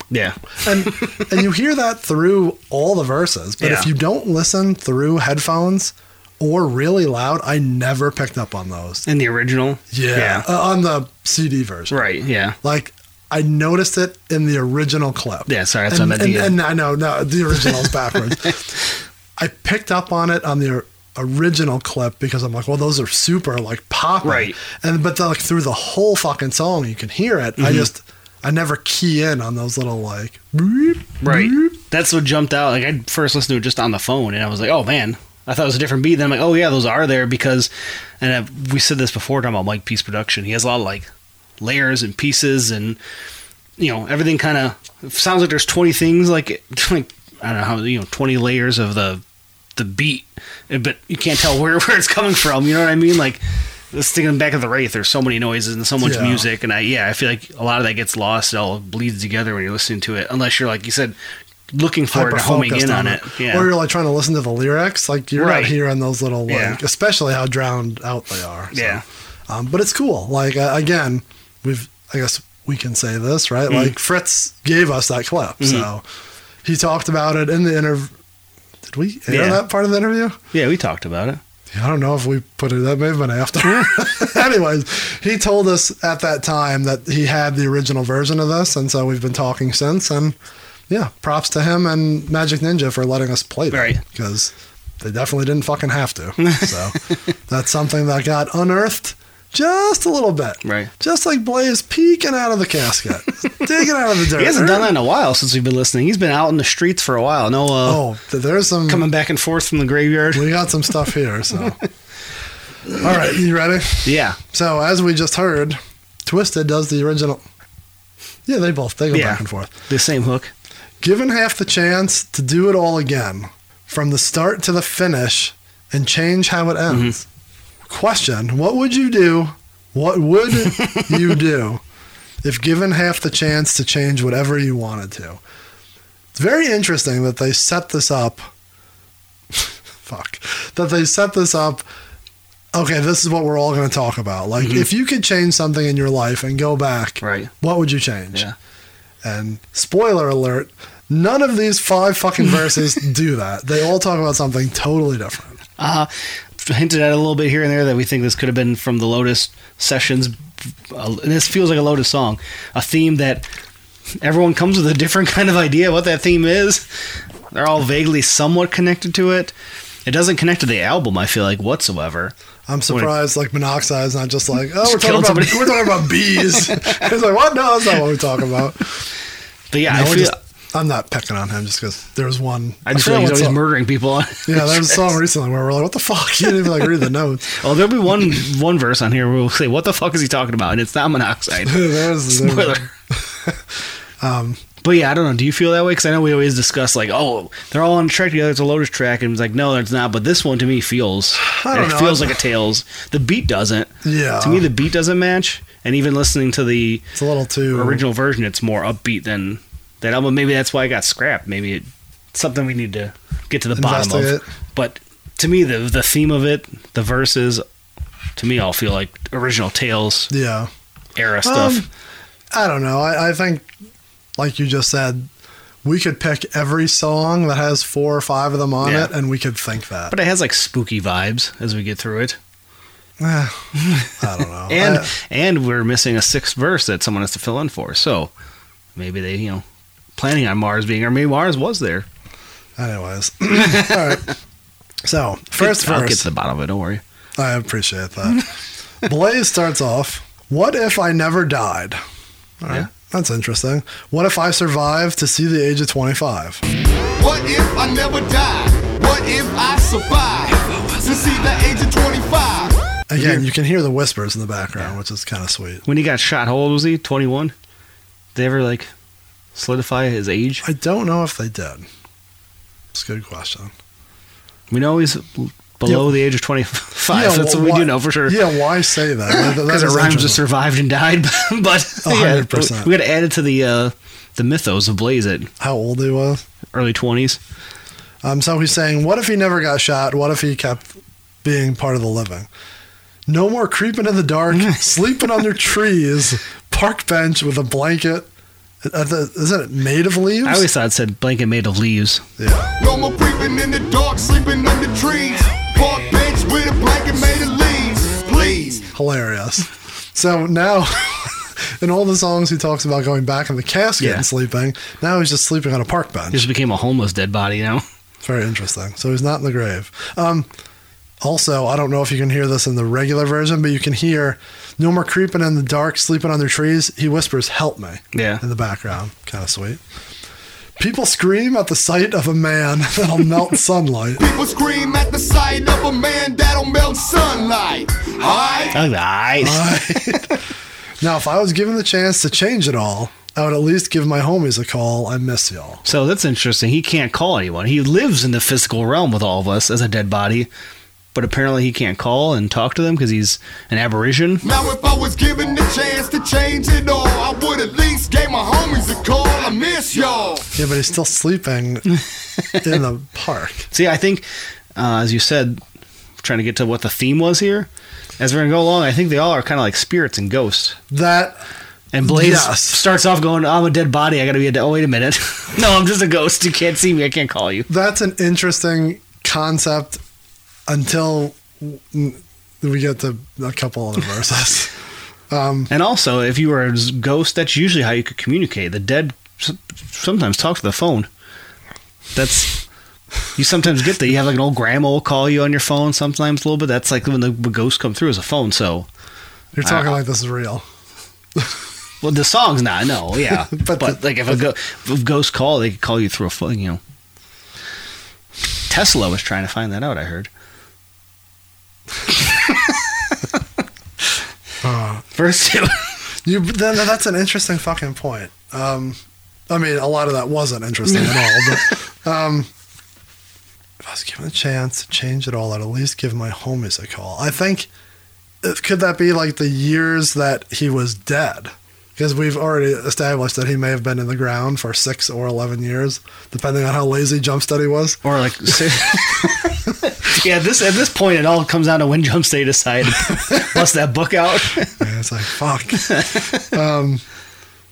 S3: Yeah.
S2: and and you hear that through all the verses. But if
S3: Yeah.
S2: you don't listen through headphones or really loud, I never picked up on those.
S3: In the original?
S2: Uh, on the CD version,
S3: Right, yeah.
S2: like. I noticed it in the original clip.
S3: Yeah, sorry, that's
S2: and,
S3: what I
S2: and,
S3: meant, yeah.
S2: and I know, no, the original's backwards. I picked up on it on the or- original clip because I'm like, well, those are super like popping,
S3: Right.
S2: And but the, like through the whole fucking song, you can hear it.
S3: Mm-hmm.
S2: I just, I never key in on those little like, boop,
S3: Right.
S2: boop,
S3: That's what jumped out. Like, I first listened to it just on the phone, and I was like, oh, man. I thought it was a different beat. Then I'm like, oh, yeah, those are there because, and I've, we said this before talking about Mike Peace production. He has a lot of like layers and pieces, and, you know, everything kind of sounds like there's 20 things, like, like, I don't know how, you know, 20 layers of the the beat, but you can't tell where, where it's coming from. You know what I mean? Like, let's thinking back of the Wraith, there's so many noises and so much
S2: Yeah.
S3: music. And I, yeah, I feel like a lot of that gets lost. It all bleeds together when you're listening to it, unless you're, like you said, looking for it and homing
S2: hyper-focused
S3: in on it. Yeah.
S2: Or you're like trying to listen to the lyrics, like you're
S3: Right.
S2: not hearing those little like,
S3: Yeah.
S2: especially how drowned out they are. so.
S3: yeah.
S2: Um, but it's cool. Like uh, again, we've I guess we can say this right.
S3: Mm-hmm.
S2: Like Fritz gave us that clip, so he talked about it in the interview. Did we air
S3: Yeah.
S2: that part of the interview?
S3: Yeah. We talked about it.
S2: I don't know if we put it. That may have been after. Anyways, he told us at that time that he had the original version of this, and so we've been talking since. And yeah, props to him and Magic Ninja for letting us play that
S3: Right.
S2: because they definitely didn't fucking have to. So that's something that got unearthed just a little bit,
S3: Right.
S2: Just like Blaze peeking out of the casket, digging out of the dirt.
S3: He hasn't done that in a while since we've been listening. He's been out in the streets for a while. No, uh,
S2: Oh, th- there's some.
S3: coming back and forth from the graveyard.
S2: We got some stuff here. So, all right, you ready?
S3: Yeah.
S2: So as we just heard, Twisted does the original. Yeah, they both they go
S3: Yeah.
S2: back and forth.
S3: The same hook.
S2: Given half the chance to do it all again, from the start to the finish, and change how it ends. Question: What would you do? What would you do if given half the chance to change whatever you wanted to? It's very interesting that they set this up. Fuck. That they set this up. Okay, this is what we're all going to talk about. Like, if you could change something in your life and go back,
S3: Right.
S2: what would you change?
S3: Yeah.
S2: And spoiler alert, none of these five fucking verses do that. They all talk about something totally different.
S3: Uh, hinted at a little bit here and there that we think this could have been from the Lotus sessions. Uh, and this feels like a Lotus song, a theme that everyone comes with a different kind of idea of what that theme is. They're all vaguely somewhat connected to it. It doesn't connect to the album, I feel like, whatsoever.
S2: I'm surprised, like monoxide is not just like, oh, we're talking
S3: killed
S2: about
S3: somebody.
S2: we're talking about bees. it's like, what? No, that's not what we're talking about.
S3: But yeah,
S2: No,
S3: I
S2: we're
S3: feel,
S2: just- I'm not picking on him just because there was one.
S3: I just
S2: forget
S3: feel like
S2: what
S3: he's always
S2: song-
S3: murdering people.
S2: Yeah, there was a song recently where we're like, what the fuck? You didn't even like read the notes.
S3: Oh, there'll be one one verse on here where we'll say, "What the fuck is he talking about?" and it's not monoxide.
S2: There was- there was-
S3: Spoiler. but yeah, I don't know. Do you feel that way? Because I know we always discuss like, oh, they're all on a track together. It's a Lotus track, and it's like, no, it's not. But this one to me feels,
S2: I don't
S3: it
S2: know.
S3: feels like a Tails. The beat doesn't.
S2: Yeah.
S3: Oh. To me, the beat doesn't match, And even listening to the
S2: It's a little too
S3: original version, it's more upbeat than that album. Maybe that's why it got scrapped. Maybe it, it's something we need to get to the bottom
S2: Investigate.
S3: of. But to me, the the theme of it, the verses, to me, all feel like original Tales
S2: Yeah.
S3: era stuff.
S2: Um, I don't know. I, I think, like you just said, we could pick every song that has four or five of them on
S3: Yeah.
S2: it, and we could think that.
S3: but it has like spooky vibes as we get through it.
S2: Eh, I don't know.
S3: and
S2: I-
S3: and we're missing a sixth verse that someone has to fill in for. So maybe they, you know, planning on Mars being, or maybe Mars was there.
S2: anyways, all right. So first
S3: I'll get
S2: verse,
S3: to the bottom of it. Don't worry.
S2: I appreciate that. Blaze starts off. What if I never died? All right.
S3: Yeah.
S2: That's interesting. What if I survived to see the age of 25?
S8: What if I never die? What if I survive to see the age of 25?
S2: Again, you can hear the whispers in the background, which is kind of sweet.
S3: When he got shot, how old was he? Twenty one. They ever like solidify his age?
S2: I don't know if they did. It's a good question.
S3: We know he's below the age of twenty five.
S2: Yeah,
S3: That's
S2: wh-
S3: what we
S2: why-
S3: do know for sure.
S2: Yeah, why say that? That- that
S3: Because it
S2: is
S3: rhymes with
S2: interesting.
S3: survived and died, but, but
S2: A
S3: yeah,
S2: hundred percent.
S3: we got to add it to the uh, the mythos of Blaze at
S2: How old he was.
S3: early twenties.
S2: Um, so he's saying, what if he never got shot? What if he kept being part of the living? No more creeping in the dark, sleeping under trees, park bench with a blanket. Uh, the- Isn't it made of leaves?
S3: I always thought it said blanket made of leaves.
S2: yeah.
S8: No more creeping in the dark, sleeping under trees. Park bench with a blanket made of leaves. Please.
S2: Hilarious. So now, in all the songs, he talks about going back in the casket
S3: Yeah.
S2: and sleeping. Now he's just sleeping on a park bench.
S3: He just became a homeless dead body now.
S2: Very interesting. So he's not in the grave. Um, also, I don't know if you can hear this in the regular version, but you can hear no more creeping in the dark, sleeping under trees. He whispers, "Help me!"
S3: Yeah.
S2: in the background, kind of sweet. People scream at the sight of a man that'll melt sunlight.
S8: People scream at the sight of a man that'll melt sunlight. Alright?
S3: All right.
S2: Now, if I was given the chance to change it all, I would at least give my homies a call. I miss y'all.
S3: So that's interesting. He can't call anyone. He lives in the physical realm with all of us as a dead body, but apparently he can't call and talk to them because he's an aberration.
S8: Now, if I was given the chance to change it all, I would at least gave my homies a call. I miss y'all.
S2: Yeah, but he's still sleeping in the park.
S3: See, I think, uh, as you said, trying to get to what the theme was here. As we're gonna go along, I think they all are kind of like spirits and ghosts.
S2: That
S3: And Blaze
S2: Yes.
S3: starts off going, "I'm a dead body. I gotta be a dead." Oh, wait a minute. no, I'm just a ghost. You can't see me. I can't call you.
S2: that's an interesting concept until w- we get to a couple other verses.
S3: And also, if you were a ghost, that's usually how you could communicate. The dead s- sometimes talk to the phone. That's you sometimes get that. You have like an old grandma will call you on your phone sometimes a little bit. That's like when the ghosts come through as a phone. So,
S2: You're talking like this is real.
S3: well, the song's not. No, yeah,
S2: But
S3: but,
S2: the-
S3: like if a, go, if a ghost call, they could call you through a phone. You know, Tesla was trying to find that out. I heard. First two.
S2: You then that's an interesting fucking point. Um, I mean, a lot of that wasn't interesting at all. But um, if I was given a chance to change it all, I'd at least give my homies a call. I think it- could that be like the years that he was dead? Because we've already established that he may have been in the ground for six or eleven years, depending on how lazy jump study was.
S3: or like say- yeah this at this point it all comes down to when jump state decide to bust that book out
S2: And it's like fuck. um,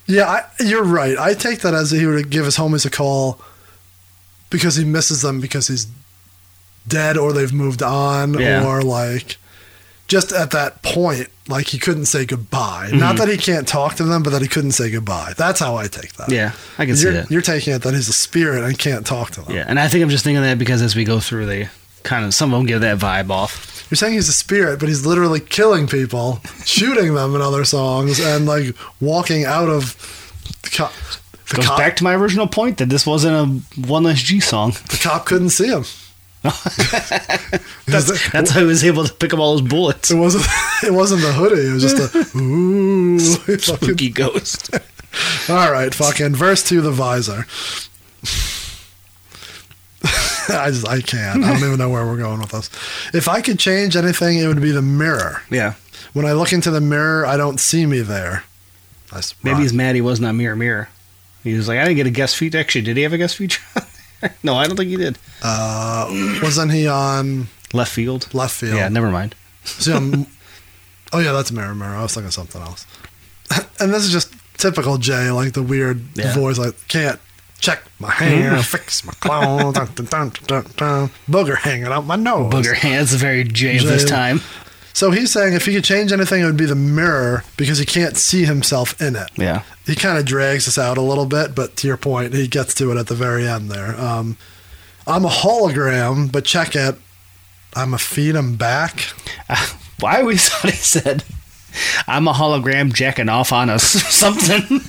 S2: yeah, I, you're right. I take that as he would give his homies a call because he misses them because he's dead or they've moved on
S3: Yeah.
S2: or like just at that point, like he couldn't say goodbye.
S3: Mm-hmm.
S2: Not that he can't talk to them, but that he couldn't say goodbye. That's how I take that.
S3: yeah i can see
S2: You're,
S3: that
S2: you're taking it that he's a spirit and can't talk to them.
S3: yeah and i think i'm just thinking that because as we go through they kind of some of them give that vibe off
S2: You're saying he's a spirit, but he's literally killing people, shooting them in other songs, and like walking out of the cop. The
S3: goes
S2: cop,
S3: back to my original point that this wasn't a one less g song
S2: the cop couldn't see him.
S3: that's, that's how he was able to pick up all those bullets
S2: It wasn't. It wasn't the hoodie. It was just a ooh. fucking-
S3: spooky ghost
S2: all right, fucking verse two, the visor. I just I can't. I don't even know where we're going with this. If I could change anything, it would be the mirror.
S3: yeah
S2: When I look into the mirror, I don't see me there. That's
S3: Maybe
S2: wrong.
S3: he's mad he wasn't on Mirror Mirror. He was like, I didn't get a guest feature. Actually, did he have a guest feature? no, I don't think he did.
S2: uh, wasn't he on
S3: Left field.
S2: left field?
S3: Yeah, never mind.
S2: See, I'm- oh yeah, that's Mirror Mirror. I was thinking of something else. and this is just typical Jay, like the weird
S3: Yeah. Mm-hmm.
S2: voice, like can't check my hair, fix my clothes, dun, dun, dun, dun, dun, booger hanging out my nose.
S3: Booger hands, very Jay of this
S2: Jay.
S3: time.
S2: So he's saying if he could change anything, it would be the mirror because he can't see himself in it.
S3: Yeah.
S2: He kind of drags us out a little bit, but to your point, he gets to it at the very end there. Um, I'm a hologram, but check it. I'm a feed him back.
S3: Well, I always Uh, thought he said, I'm a hologram jacking off on us or something.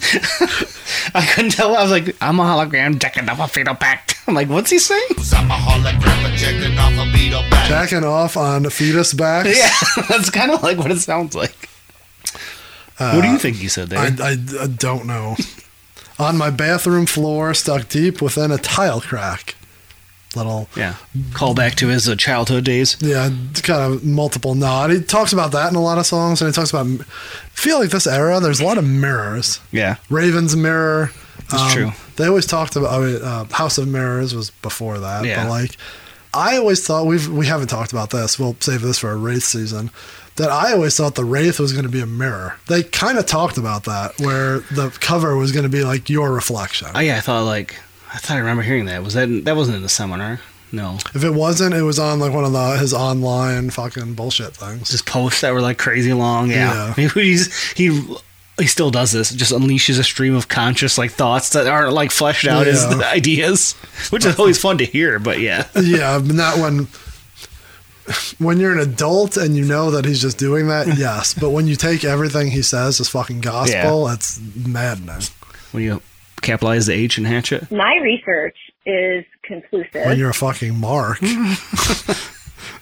S3: I couldn't tell. I was like, I'm a hologram jacking off a fetal pact. I'm like, what's he saying?
S8: I'm a hologram projecting off a beetle back.
S2: Jacking off on fetus back.
S3: Yeah, that's kind of like what it sounds like. what do you think he said there?
S2: Uh, I, I- I don't know. on my bathroom floor, stuck deep within a tile crack. Little
S3: yeah. Call back to his uh, childhood days.
S2: Yeah, kind of multiple nod. He talks about that in a lot of songs, and he talks about. Feel like this era, there's a lot of mirrors.
S3: Yeah.
S2: Raven's mirror.
S3: That's true.
S2: Um, They always talked about I mean, uh, House of Mirrors was before that,
S3: Yeah.
S2: but like I always thought we've we haven't talked about this. We'll save this for a wraith season. That I always thought the wraith was going to be a mirror. They kind of talked about that, where the cover was going to be like your reflection.
S3: Oh, yeah, I thought like, I thought I remember hearing that. Was that, in- that wasn't in the seminar? No.
S2: if it wasn't, it was on like one of the his online fucking bullshit things.
S3: Just posts that were like crazy long. Yeah. He's, he, he still does this. Just unleashes a stream of conscious like thouts that aren't like fleshed out as
S2: Yeah.
S3: ideas, which is always fun to hear. But yeah,
S2: yeah, but not when when you're an adult and you know that he's just doing that. Yes, but when you take everything he says as fucking gospel, it's madness.
S3: when you capitalize the H and hatchet.
S7: My research is conclusive.
S2: When you're a fucking mark.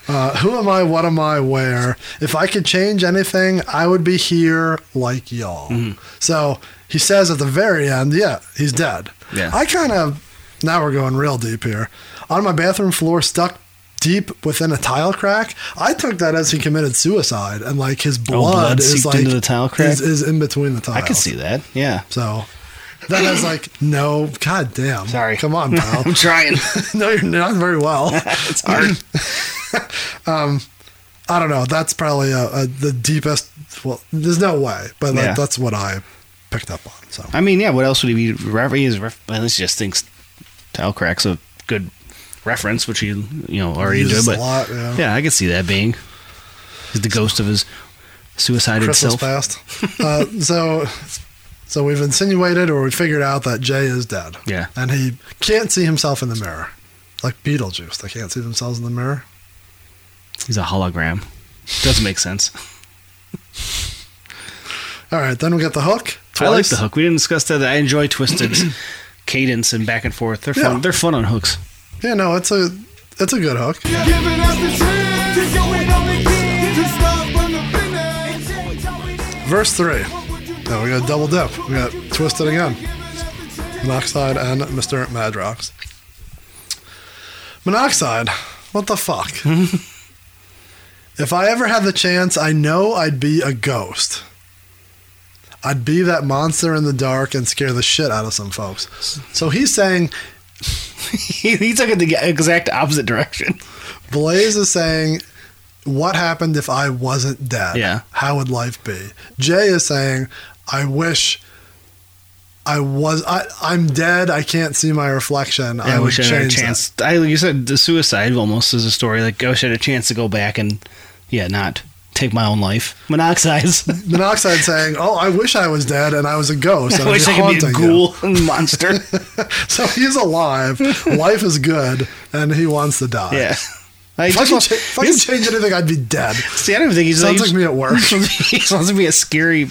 S2: Uh, who am I? What am I? Where? If I could change anything, I would be here like y'all.
S3: Mm-hmm.
S2: So he says at the very end, yeah, he's dead.
S3: Yeah.
S2: I kind of, now we're going real deep here. On my bathroom floor, stuck deep within a tile crack, I took that as he committed suicide and like his blood,
S3: Oh, blood
S2: is
S3: seeped
S2: like,
S3: into the tile crack?
S2: Is, is in between the tiles.
S3: I could see that. Yeah.
S2: So that is like, no, god damn.
S3: Sorry.
S2: Come on, pal.
S3: I'm trying.
S2: no, you're not very well.
S3: it's hard.
S2: I don't know. That's probably a, a, the deepest. Well, there's no way, but like,
S3: Yeah.
S2: that's what I picked up on. So
S3: I mean, yeah. What else would he be? Refer- he is ref- well, this just thinks tile cracks a good reference, which he you know already
S2: Uses
S3: did.
S2: a
S3: But
S2: lot. Yeah.
S3: yeah, I could see that being he's the ghost of his suicided
S2: Christmas
S3: self.
S2: past. uh, so, so we've insinuated or we figured out that Jay is dead.
S3: Yeah.
S2: and he can't see himself in the mirror, like Beetlejuice. They can't see themselves in the mirror.
S3: He's a hologram. Doesn't make sense.
S2: All right, then we get the hook. Twice.
S3: I like the hook. We didn't discuss that. I enjoy Twisted's cadence and back and forth. They're fun.
S2: Yeah.
S3: They're fun on hooks.
S2: Yeah, no, it's a it's a good hook.
S8: Giving us the chance to go it up again. To start from the finish. Change how it is.
S2: Verse three.
S8: What would you
S2: Now we got double dip. We got twisted again. Monoxide and Mr. Madrox. Monoxide, what the fuck? if I ever had the chance, I know I'd be a ghost. I'd be that monster in the dark and scare the shit out of some folks. So he's saying,
S3: he, he took it the exact opposite direction.
S2: Blaze is saying, what happened if I wasn't dead?
S3: Yeah.
S2: How would life be? Jay is saying, I wish I was I I'm dead, I can't see my reflection.
S3: I,
S2: would
S3: wish I had a
S2: change that."
S3: chance. Um, I, you said the suicide almost is a story. Like, I wish I had a chance to go back and, yeah, not take my own life. Monoxides.
S2: Monoxide saying, "Oh, I wish I was dead and I was a ghost. and
S3: I wish
S2: I'd
S3: I could be a
S2: haunting
S3: ghoul and monster.
S2: you." So he's alive. life is good, and he wants to die.
S3: yeah. I
S2: If I
S3: just
S2: could
S3: want-
S2: cha- if I could
S3: he's-
S2: change anything, I'd be dead.
S3: see, I don't think he's
S2: Sounds
S3: he's-
S2: like me at work.
S3: he sounds to be a scary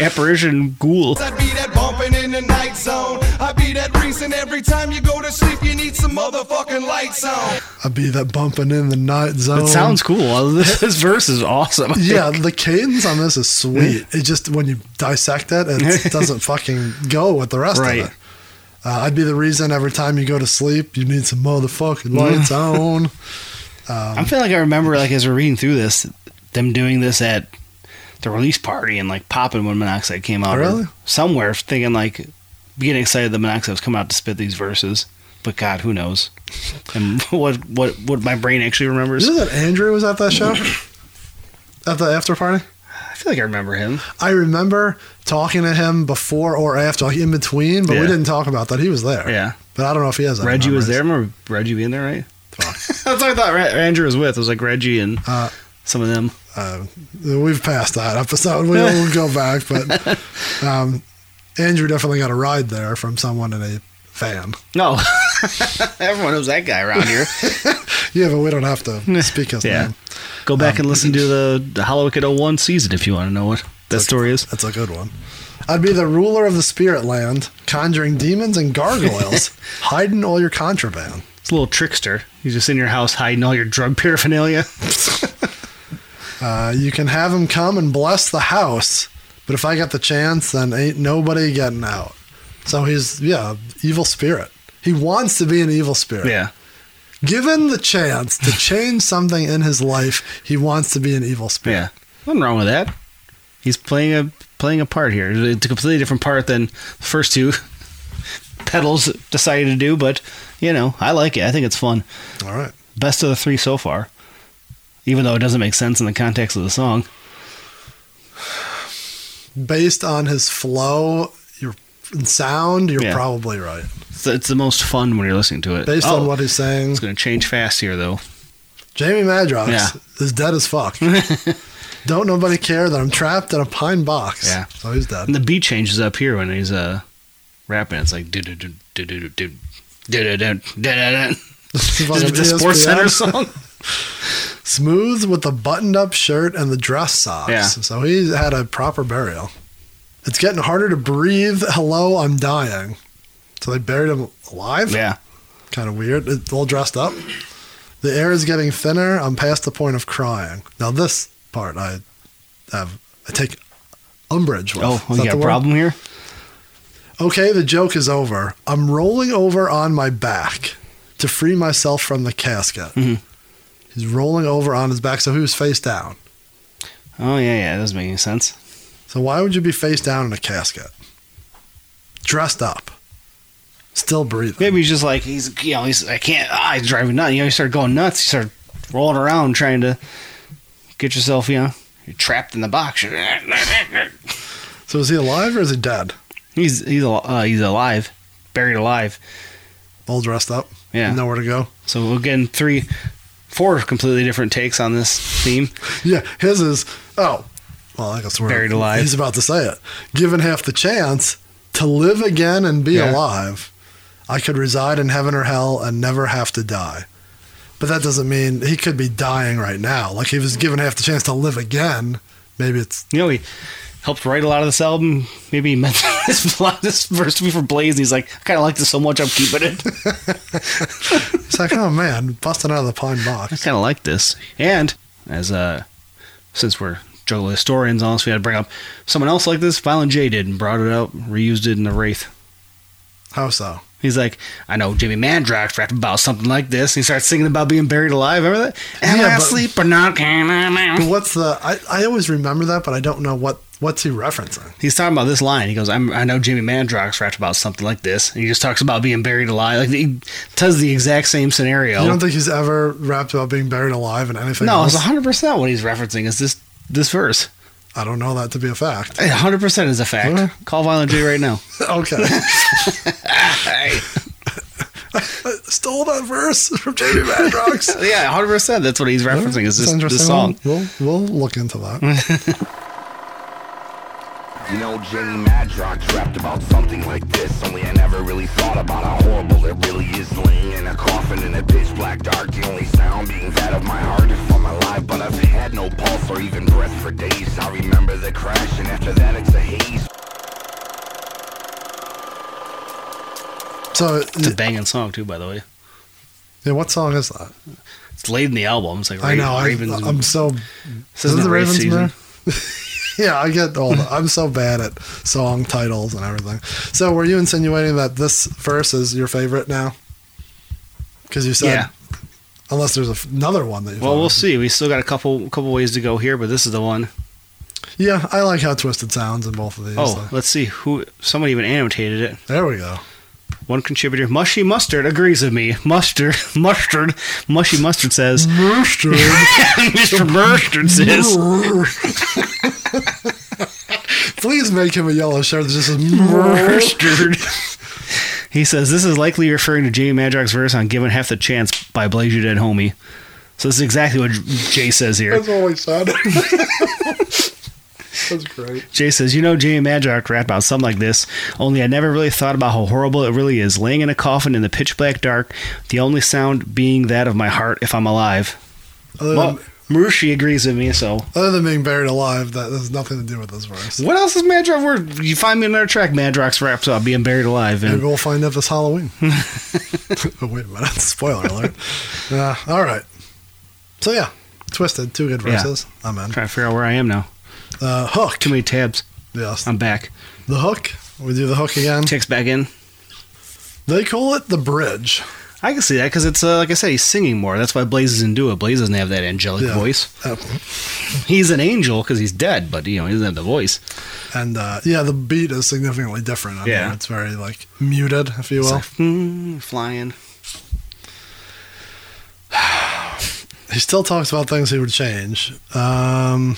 S3: apparition ghoul.
S8: I be that bumping in the night zone. I be that reason every time you go to sleep, you need some motherfucking lights on.
S2: I'd be that bumping in the night zone.
S3: It sounds cool. This, this verse is awesome.
S2: Um, Yeah, the cadence on this is sweet. It just when you dissect it, it doesn't fucking go with the rest
S3: Right.
S2: of it. Uh, I'd be the reason every time you go to sleep, you need some
S3: Mm-hmm.
S2: motherfucking lights on.
S3: I feel like I remember, like as we're reading through this, them doing this at the release party and like popping when Monoxide came out. or
S2: Really?
S3: Somewhere thinking like getting excited that Monoxide was coming out to spit these verses. But God, who knows? And what what what my brain actually remembers?
S2: Isn't that Andrew was at that show? at the after party?
S3: I feel like I remember him.
S2: I remember talking to him before or after, like in between, but
S3: Yeah.
S2: we didn't talk about that. He was there.
S3: Yeah.
S2: But I don't know if he has that
S3: Reggie was there.
S2: memories.
S3: Remember Reggie being there, right? That's what I thought. Ra- Andrew was with. It was like Reggie and
S2: Uh,
S3: some of them.
S2: We've passed that episode. We will go back, but um, Andrew definitely got a ride there from someone in a van.
S3: No, everyone knows that guy around here.
S2: Yeah, but we don't have to speak his
S3: Yeah. Um,
S2: name.
S3: Go back and listen to the, the Hollow Wicked 01 season if you want to know what that story is.
S2: That's a good one. I'd be the ruler of the spirit land, conjuring demons and gargoyles, hiding all your contraband.
S3: It's a little trickster. He's just in your house hiding all your drug paraphernalia.
S2: Uh, you can have him come and bless the house, but if I got the chance, then ain't nobody getting out. So he's, yeah, evil spirit. He wants to be an evil spirit.
S3: Yeah.
S2: Given the chance to change something in his life, he wants to be an evil spirit.
S3: Yeah. Nothing wrong with that. He's playing a playing a part here. It's a completely different part than the first two pedals decided to do, but you know, I like it. I think it's fun.
S2: All right.
S3: Best of the three so far. Even though it doesn't make sense in the context of the song.
S2: Based on his flow, your and sound, you're
S3: Yeah.
S2: probably right.
S3: It's, it's the most fun when you're listening to it.
S2: Based
S3: Oh,
S2: on what he's saying,
S3: it's gonna change fast here though.
S2: Jamie Madrox
S3: Yeah.
S2: is dead as fuck. Don't nobody care that I'm trapped in a pine box.
S3: Yeah.
S2: So he's dead.
S3: And the beat changes up here when he's uh rapping. It's like do do do do do do do do do do Is it the
S2: E
S3: Sports Center song?
S2: Smooth with the buttoned up shirt and the dress socks.
S3: Yeah.
S2: So he had a proper burial. It's getting harder to breathe. Hello, I'm dying. So they buried him alive?
S3: yeah.
S2: Kind of weird. It's all dressed up. The air is getting thinner. I'm past the point of crying. Now, this part I have, I take umbrage with.
S3: Oh,
S2: Is
S3: you
S2: that
S3: got
S2: the
S3: a
S2: word?
S3: problem here?
S2: Okay, the joke is over. I'm rolling over on my back to free myself from the casket. He's rolling over on his back, so he was face down.
S3: Oh yeah, yeah, that doesn't make any sense.
S2: So why would you be face down in a casket? Dressed up. Still breathing.
S3: Maybe he's just like he's you know he's I can't ah, he's driving nuts. You know, you start going nuts. You start rolling around trying to get yourself you know you're trapped in the box.
S2: So is he alive or is he dead?
S3: he's he's al- uh, he's alive, buried alive.
S2: All dressed up.
S3: Yeah.
S2: Nowhere to go.
S3: So again, three, four completely different takes on this theme.
S2: Yeah, his is oh, well, I guess we're
S3: Buried alive.
S2: He's about to say it. Given half the chance to live again and be
S3: Yeah.
S2: alive, I could reside in heaven or hell and never have to die. But that doesn't mean he could be dying right now. Like he was given half the chance to live again. Maybe it's
S3: You know he helped write a lot of this album. Maybe he meant this this verse to be for Blaze. And he's like I kind of like this so much I'm keeping it.
S2: it's like oh man, busting out of the pine box.
S3: I kind of like this. And as uh, since we're juggle historians, honestly, I'd bring up someone else like this. Violent J did and brought it out, reused it in the Wraith.
S2: How so?
S3: He's like, I know Jimmy Mandrox rapped about something like this. And he starts singing about being buried alive. Remember that? Am
S2: Yeah,
S3: I
S2: but-
S3: asleep or not?
S2: But what's the? I, I always remember that, but I don't know what what's he referencing.
S3: He's talking about this line. He goes, I'm, I know Jimmy Mandrox rapped about something like this. And he just talks about being buried alive. Like he does the exact same scenario.
S2: You don't think he's ever rapped about being buried alive and anything?
S3: no, it's
S2: else?
S3: 100% what he's referencing is this this verse.
S2: I don't know that to be a fact.
S3: Hey, 100% is a fact.
S2: Huh?
S3: Call Violent J right now.
S2: Okay. Stole that verse from Jamie Madrox.
S3: Yeah, hundred percent. That's what he's referencing. Is this, this song?
S2: We'll, we'll look into that.
S9: You know, Jimmy Madrox rapped about something like this. Only I never really thought about how horrible it really is laying in a coffin in a pitch black dark. The only sound being that of my heart if I'm alive. But I've had no pulse or even breath for days. I remember the crash, and after that, it's a haze.
S2: so,
S3: It's a banging song too, by the way.
S2: yeah, what song is that?
S3: It's late in the album. It's like
S2: I know. I,
S3: Ravens.
S2: I'm so.
S3: this isn't
S2: is it
S3: the Ravens
S2: Ravens,
S3: season.
S2: man? Yeah, I get all. The, I'm so bad at song titles and everything. So, were you insinuating that this verse is your favorite now? Because you said,
S3: Yeah.
S2: unless there's a f- another one that you.
S3: Well,
S2: thought
S3: we'll
S2: of.
S3: see. We still got a couple couple ways to go here, but this is the one.
S2: Yeah, I like how twisted sounds in both of these.
S3: Oh, let's see who. Somebody even annotated it.
S2: there we go.
S3: One contributor, Mushy Mustard, agrees with me. Mustard, mustard, Mushy Mustard says.
S2: Mustard.
S3: Mr. Mustard says.
S2: Please make him a yellow shirt that just says
S3: Mustard. He says this is likely referring to Jamie Madrox's verse on "Given Half the Chance" by Blaze Your Dead Homie. So this is exactly what Jay says here.
S2: That's always sad. That's great.
S3: Jay says, You know, Jamie Madrock rap about something like this, only I never really thought about how horrible it really is. Laying in a coffin in the pitch black dark, the only sound being that of my heart if I'm alive.
S2: Other
S3: Well,
S2: than,
S3: Marushi agrees with me, so.
S2: other than being buried alive, that has nothing to do with this verse.
S3: What else is Madrock worth? You find me another track, Madrox raps about being buried alive.
S2: Maybe
S3: And
S2: we'll find out this Halloween. oh, wait a minute. Spoiler alert. Uh, all right. So, yeah. Twisted. Two good
S3: Yeah.
S2: verses. I'm in.
S3: trying to figure out where I am now.
S2: Uh, hook.
S3: Too many Um. tabs.
S2: Yes.
S3: I'm back.
S2: The hook. We do the hook again.
S3: Ticks back in.
S2: They call it the bridge.
S3: I can see that because it's, uh, like I said, he's singing more. That's why Blaze doesn't do it. Blaze doesn't have that angelic
S2: Yeah.
S3: voice.
S2: Uh,
S3: He's an angel because he's dead, but, you know, he doesn't have the voice.
S2: and uh, yeah, the beat is significantly different. on
S3: Yeah.
S2: here. It's very like muted, if you will.
S3: Hmm, flying.
S2: He still talks about things he would change. Um,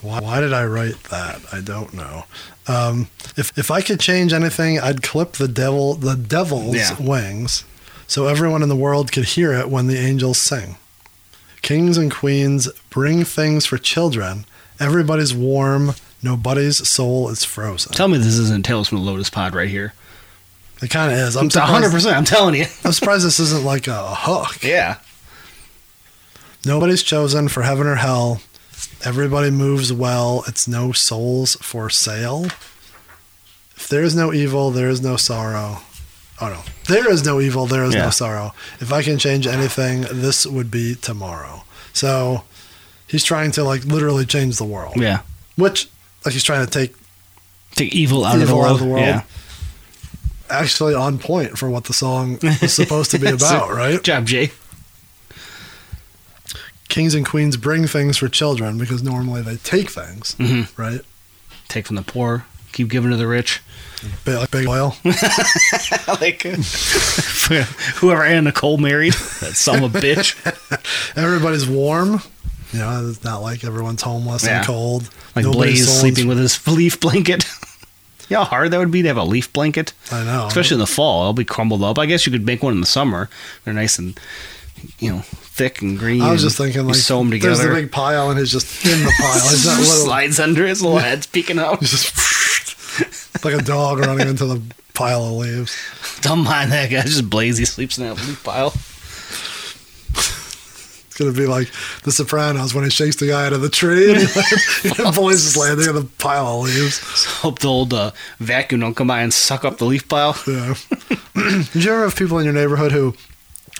S2: why, why did I write that? I don't know. Um, if if I could change anything, I'd clip the devil the devil's
S3: Yeah.
S2: wings, so everyone in the world could hear it when the angels sing. Kings and queens bring things for children. Everybody's warm. Nobody's soul is frozen.
S3: Tell me this isn't Tales from the Lotus Pod right here.
S2: It kind of is. I'm
S3: It's hundred
S2: surprised.
S3: percent. I'm telling you.
S2: I'm surprised this isn't like a hook.
S3: Yeah.
S2: Nobody's chosen for heaven or hell. Everybody moves well. It's no souls for sale. If there is no evil, there is no sorrow. Oh no. There is no evil, there is
S3: Yeah.
S2: no sorrow. If I can change anything, this would be tomorrow. So he's trying to like literally change the world.
S3: Yeah.
S2: Which like he's trying to take
S3: Take evil out, of, the
S2: Evil
S3: world.
S2: out of the world.
S3: Yeah.
S2: actually on point for what the song is supposed to be about, right?
S3: Good job, Jay.
S2: Kings and queens bring things for children because normally they take things,
S3: Mhm.
S2: right?
S3: Take from the poor. Keep giving to the rich.
S2: Big, like big oil.
S3: like whoever Anna Nicole married. That son of a bitch.
S2: everybody's warm. You know, it's not like everyone's homeless
S3: Yeah.
S2: and cold.
S3: Like
S2: Nobody's
S3: Blaze
S2: sold-
S3: sleeping with his leaf blanket. You know how hard that would be to have a leaf blanket,
S2: I know.
S3: especially in the fall. It'll be crumbled up. I guess you could make one in the summer. They're nice and you know thick and green.
S2: I was
S3: and
S2: just thinking,
S3: you
S2: like,
S3: sew them
S2: there's the
S3: together.
S2: big pile, and he's just in the pile. He's not little,
S3: slides under his little head's peeking out.
S2: like a dog running into the pile of leaves.
S3: Don't mind that guy. Just Blazy sleeps in that leaf pile.
S2: It's gonna be like The Sopranos when he shakes the guy out of the tree, and he, the boy's just landing in the pile of leaves.
S3: Hope the old uh, vacuum don't come by and suck up the leaf pile.
S2: Yeah. Did you ever have people in your neighborhood who?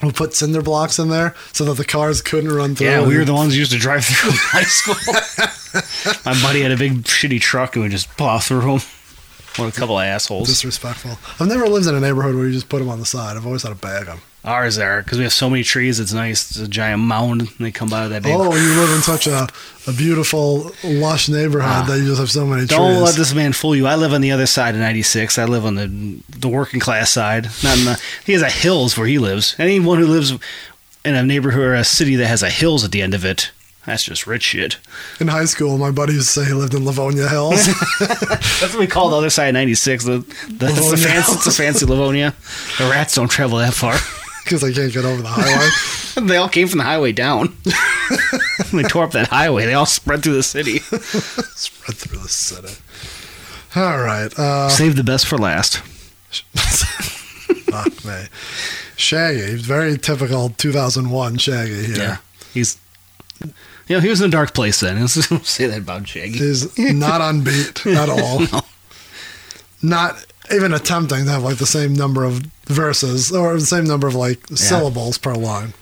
S2: Who put cinder blocks in there so that the cars couldn't run through?
S3: Yeah, we were the ones who used to drive through in high school. My buddy had a big shitty truck and we just plow through him. What a couple of assholes.
S2: disrespectful. I've never lived in a neighborhood where you just put them on the side. I've always had a bag on.
S3: Ours are because we have so many trees. It's nice. It's a giant mound. And they come by with that big.
S2: Oh, you live in such a, a beautiful, lush neighborhood that you just have so many
S3: Ah. Don't
S2: trees.
S3: let this man fool you. I live on the other side of 96. I live on the the working class side. Not in the he has a hills where he lives. Anyone who lives in a neighborhood or a city that has a hills at the end of it, that's just rich shit.
S2: in high school, my buddy used to say he lived in Livonia Hills.
S3: That's what we call the other side of 96. The, the, it's, a
S2: Livonia.
S3: fancy, it's a fancy Livonia. The rats don't travel that far.
S2: because I can't get over the highway.
S3: they all came from the highway down. they tore up that highway. They all spread through the city.
S2: Spread through the city. All right. Uh,
S3: Save the best for last.
S2: fuck me. Shaggy, very typical 2001 Shaggy here.
S3: He's. You know, he was in a dark place then. Let's don't say that about Shaggy.
S2: He's not on beat at all. Not even attempting to have like the same number of verses or the same number of like syllables per line.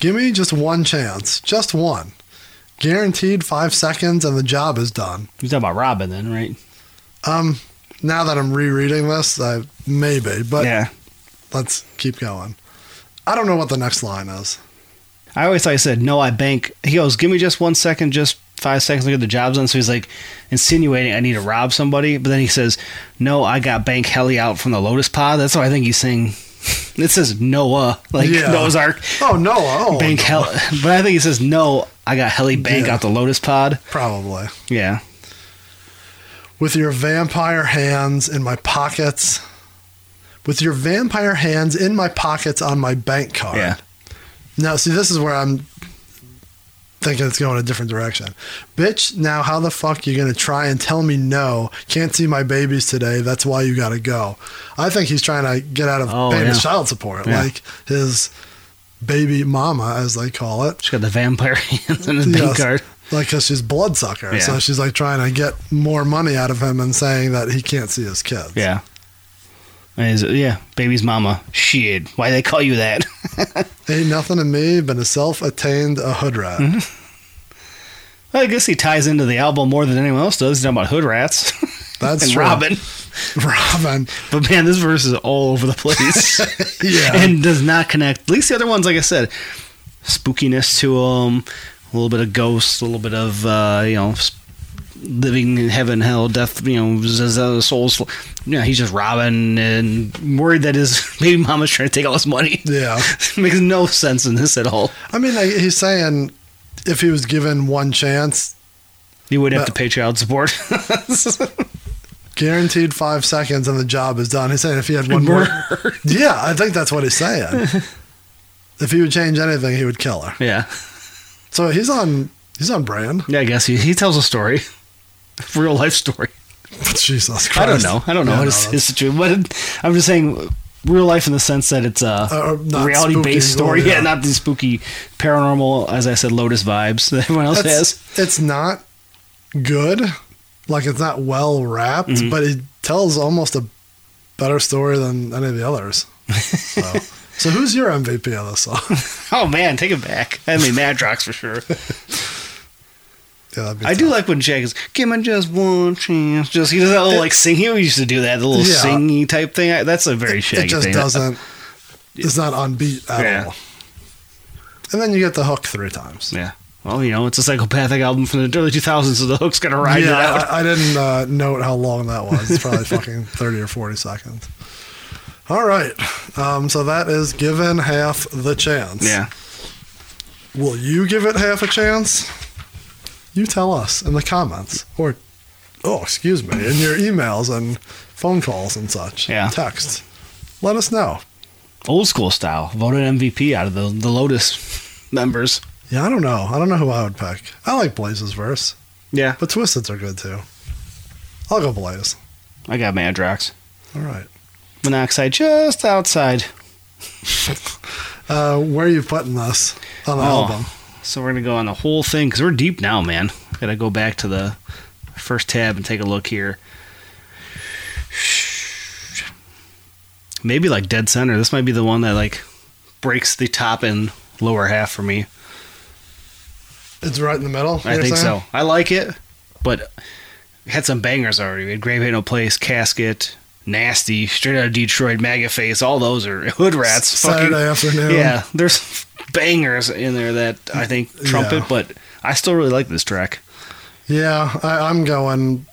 S2: Give me just one chance, just one. Guaranteed five seconds and the job is done.
S3: You're talking about Robin then, right?
S2: Um, now that I'm rereading this, I, maybe, but
S3: yeah.
S2: let's keep going. I don't know what the next line is.
S3: I always thought he said, no, I bank. He goes, give me just one second, just five seconds to get the job done. So he's like insinuating I need to rob somebody, but then he says, "No, I got Bank Helly out from the Lotus Pod." That's what I think he's saying. It says Noah, like
S2: Yeah.
S3: Noah's Ark.
S2: Oh, Noah. Oh,
S3: Bank Hell, but I think he says no. I got Helly Bank
S2: Yeah.
S3: out the Lotus Pod.
S2: Probably.
S3: Yeah,
S2: With your vampire hands in my pockets. With your vampire hands in my pockets on my bank card.
S3: yeah.
S2: Now, see, this is where I'm thinking it's going a different direction. Bitch, now how the fuck you going to try and tell me no? Can't see my babies today. That's why you got to go. I think he's trying to get out of
S3: Oh,
S2: paying his
S3: yeah.
S2: child support,
S3: Yeah.
S2: like his baby mama, as they call it.
S3: She got the vampire hands in his bank
S2: Yes.
S3: card.
S2: Like, because she's bloodsucker.
S3: Yeah.
S2: So she's like trying to get more money out of him and saying that he can't see his kids.
S3: Yeah. And he's- yeah, baby's mama. Shit. Why they call you that?
S2: Ain't nothing to me but a self attained a hood rat.
S3: Mm-hmm. Well, I guess he ties into the album more than anyone else does. He's talking about hood rats
S2: That's
S3: and
S2: true.
S3: Robin.
S2: Robin.
S3: But man, this verse is all over the place
S2: Yeah.
S3: and does not connect. At least the other ones, like I said, spookiness to them, a little bit of ghosts, a little bit of uh, you know, s- living in heaven, hell, death, you know, z- z- souls. fl- Yeah, he's just robbing and worried that his baby mama's trying to take all his money.
S2: yeah.
S3: Makes no sense in this at all.
S2: I mean, like, he's saying if he was given one chance,
S3: You would have to
S2: But-
S3: pay child support.
S2: guaranteed five seconds and the job is done. He's saying if he had one more. Yeah, I think that's what he's saying. if he would change anything, he would kill her.
S3: yeah.
S2: So he's on. He's on brand.
S3: Yeah, I guess he, he tells a story. Real life story.
S2: Jesus Christ.
S3: I don't know. I don't know
S2: Yeah, no,
S3: what his,
S2: that's-
S3: his situation. But I'm just saying, real life in the sense that it's a
S2: Uh, uh, not
S3: reality based
S2: spooky, well,
S3: story. Yeah.
S2: yeah.
S3: not these spooky paranormal, as I said, Lotus vibes that everyone else has.
S2: it's, it's not good. Like it's not well wrapped,
S3: Mm-hmm.
S2: but it tells almost a better story than any of the others. So, so who's your MVP of this song?
S3: Oh man, take it back. I mean, Madrox for sure.
S2: Yeah, that'd be
S3: I do like when Jack is give me just one chance. Just he does that little like sing. He always used to do that the little
S2: Yeah.
S3: singy type thing. I, that's a very shaggy
S2: it just
S3: thing.
S2: doesn't. It's not on beat at
S3: Yeah.
S2: all. And then you get the hook three times.
S3: Yeah. Well, you know, it's a psychopathic album from the early 2000s, so the hook's gonna ride it out.
S2: I, I didn't uh, note how long that was. It's probably fucking thirty or forty seconds. All right, um, so that is given half the chance.
S3: yeah.
S2: Will you give it half a chance? You tell us in the comments or, oh, excuse me, in your emails and phone calls and such.
S3: Yeah.
S2: Text. Let us know.
S3: Old school style. Voted MVP out of the, the Lotus members.
S2: Yeah, I don't know. I don't know who I would pick. I like Blaze's verse,
S3: Yeah.
S2: but Twisted's are good too. I'll go Blaze.
S3: I got Madrox.
S2: All right.
S3: Monoxide just outside.
S2: Uh, where are you putting this on the
S3: Oh.
S2: album?
S3: So we're going to go on the whole thing because we're deep now, man. Got to go back to the first tab and take a look here. Maybe like dead center. This might be the one that like breaks the top and lower half for me.
S2: It's right in the middle.
S3: I
S2: you're
S3: think
S2: saying?
S3: so. I like it, but we had some bangers already. We had Grave Ain't No Place, Casket, Nasty, Straight Out of Detroit, Maggot Face. All those are hood rats.
S2: Saturday afternoon.
S3: Yeah, there's bangers in there that I think trump
S2: Yeah.
S3: it, but I still really like this track.
S2: Yeah, I, I'm going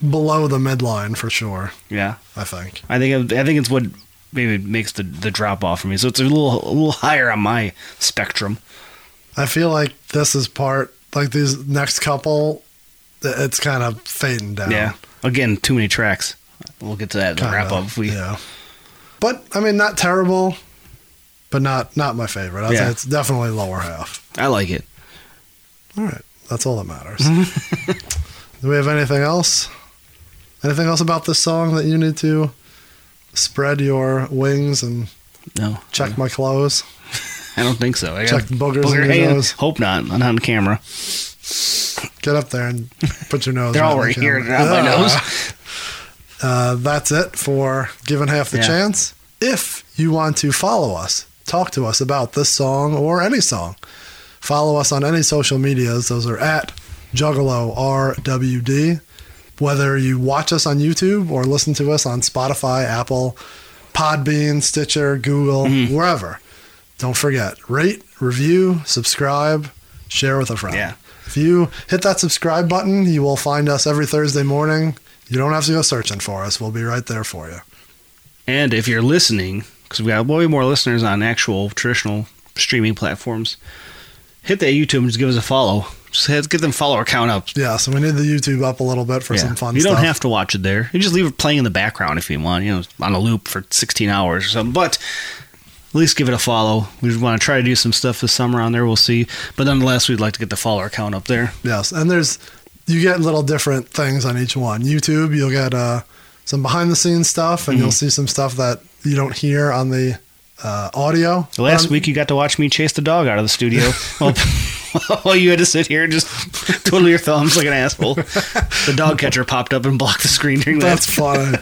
S2: below the midline for sure.
S3: Yeah,
S2: I think.
S3: I think I think it's what maybe makes the, the drop off for me. So it's a little a little higher on my spectrum.
S2: I feel like this is part like these next couple. i- It's kind of fading down.
S3: Yeah. Again, too many tracks. We'll get to that in the
S2: Kinda,
S3: wrap up. We
S2: yeah. But I mean, not terrible, but not not my favorite. I
S3: Yeah.
S2: think it's definitely lower half.
S3: I like it.
S2: All right, that's all that matters. Do we have anything else? Anything else about this song that you need to spread your wings and
S3: No,
S2: check my clothes?
S3: I don't think so. Mm. I got
S2: Check boogers
S3: booger
S2: in your
S3: hand.
S2: nose.
S3: Hope not. Not on camera.
S2: Get up there and put your nose.
S3: They're
S2: right in
S3: all
S2: the
S3: right here.
S2: camera.
S3: Not my
S2: Ah.
S3: nose.
S2: Uh, that's it for Given Half the
S3: Yeah.
S2: Chance. If you want to follow us, talk to us about this song or any song, follow us on any social medias. Those are at Juggalo RWD. Whether you watch us on YouTube or listen to us on Spotify, Apple, Podbean, Stitcher, Google,
S3: Mm-hmm.
S2: wherever. Don't forget, rate, review, subscribe, share with a friend.
S3: Yeah.
S2: If you hit that subscribe button, you will find us every Thursday morning. You don't have to go searching for us. We'll be right there for you.
S3: And if you're listening, because we got way more listeners on actual traditional streaming platforms, hit that YouTube and just give us a follow. Just hit, get them follower count up.
S2: Yeah, so we need the YouTube up a little bit for
S3: Yeah.
S2: some fun
S3: you
S2: stuff.
S3: don't have to watch it there. You just leave it playing in the background if you want, you know, on a loop for 16 hours or something. But at least give it a follow. We want to try to do some stuff this summer on there. We'll see. But nonetheless, we'd like to get the follower count up there.
S2: Yes, and there's you get little different things on each one. YouTube, you'll get uh, some behind the scenes stuff, and
S3: Mm-hmm.
S2: you'll see some stuff that you don't hear on the uh, audio.
S3: Last
S2: Um,
S3: week, you got to watch me chase the dog out of the studio. Well, While you had to sit here and just twiddle your thumbs like an asshole. The dog catcher popped up and blocked the screen during that.
S2: That's funny.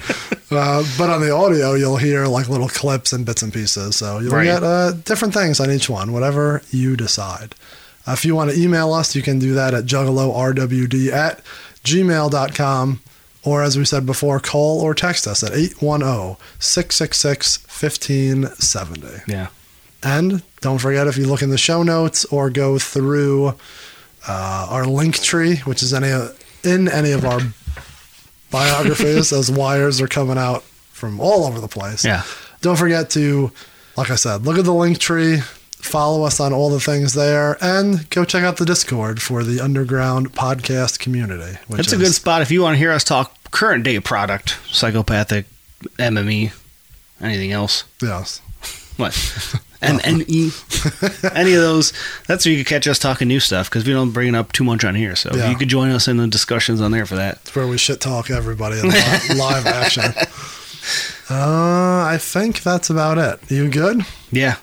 S2: uh, but on the audio, you'll hear like little clips and bits and pieces. So you'll
S3: Right.
S2: get uh, different things on each one, whatever you decide. Uh, if you want to email us, you can do that at juggalorwd at gmail.com. Or as we said before, call or text us at 810 666 1570.
S3: Yeah.
S2: And don't forget if you look in the show notes or go through uh, our link tree, which is any in any of our biographies, those wires are coming out from all over the place.
S3: Yeah.
S2: Don't forget to, like I said, look at the link tree, follow us on all the things there, and go check out the Discord for the underground podcast community. Which
S3: That's a
S2: is-
S3: good spot if you want to hear us talk current day product, psychopathic, MME, anything else.
S2: Yes.
S3: What? MME, any of those. That's where you can catch us talking new stuff because we don't bring it up too much on here. So
S2: Yeah.
S3: you could join us in the discussions on there for that.
S2: It's where we shit talk everybody in live, live action. Uh, I think that's about it. You good?
S3: Yeah.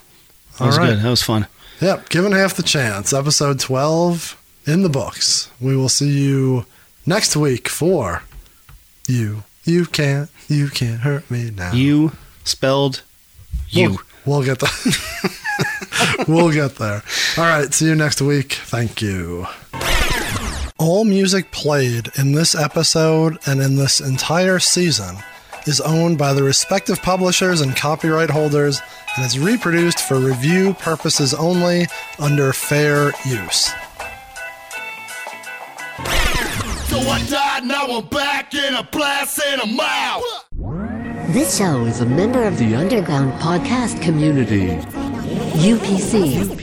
S3: That
S2: All
S3: was
S2: right.
S3: good. That was fun.
S2: Yep, given half the chance, episode 12 in the books. We will see you next week for you. You can't, you can't hurt me now.
S3: You spelled you.
S2: We'll, we'll get there. we'll get there. All right, see you next week. Thank you. All music played in this episode and in this entire season is owned by the respective publishers and copyright holders and is reproduced for review purposes only under fair use.
S8: So I died, now I'm back in a blast and I'm out.
S10: This show is a member of the Underground Podcast Community. UPC.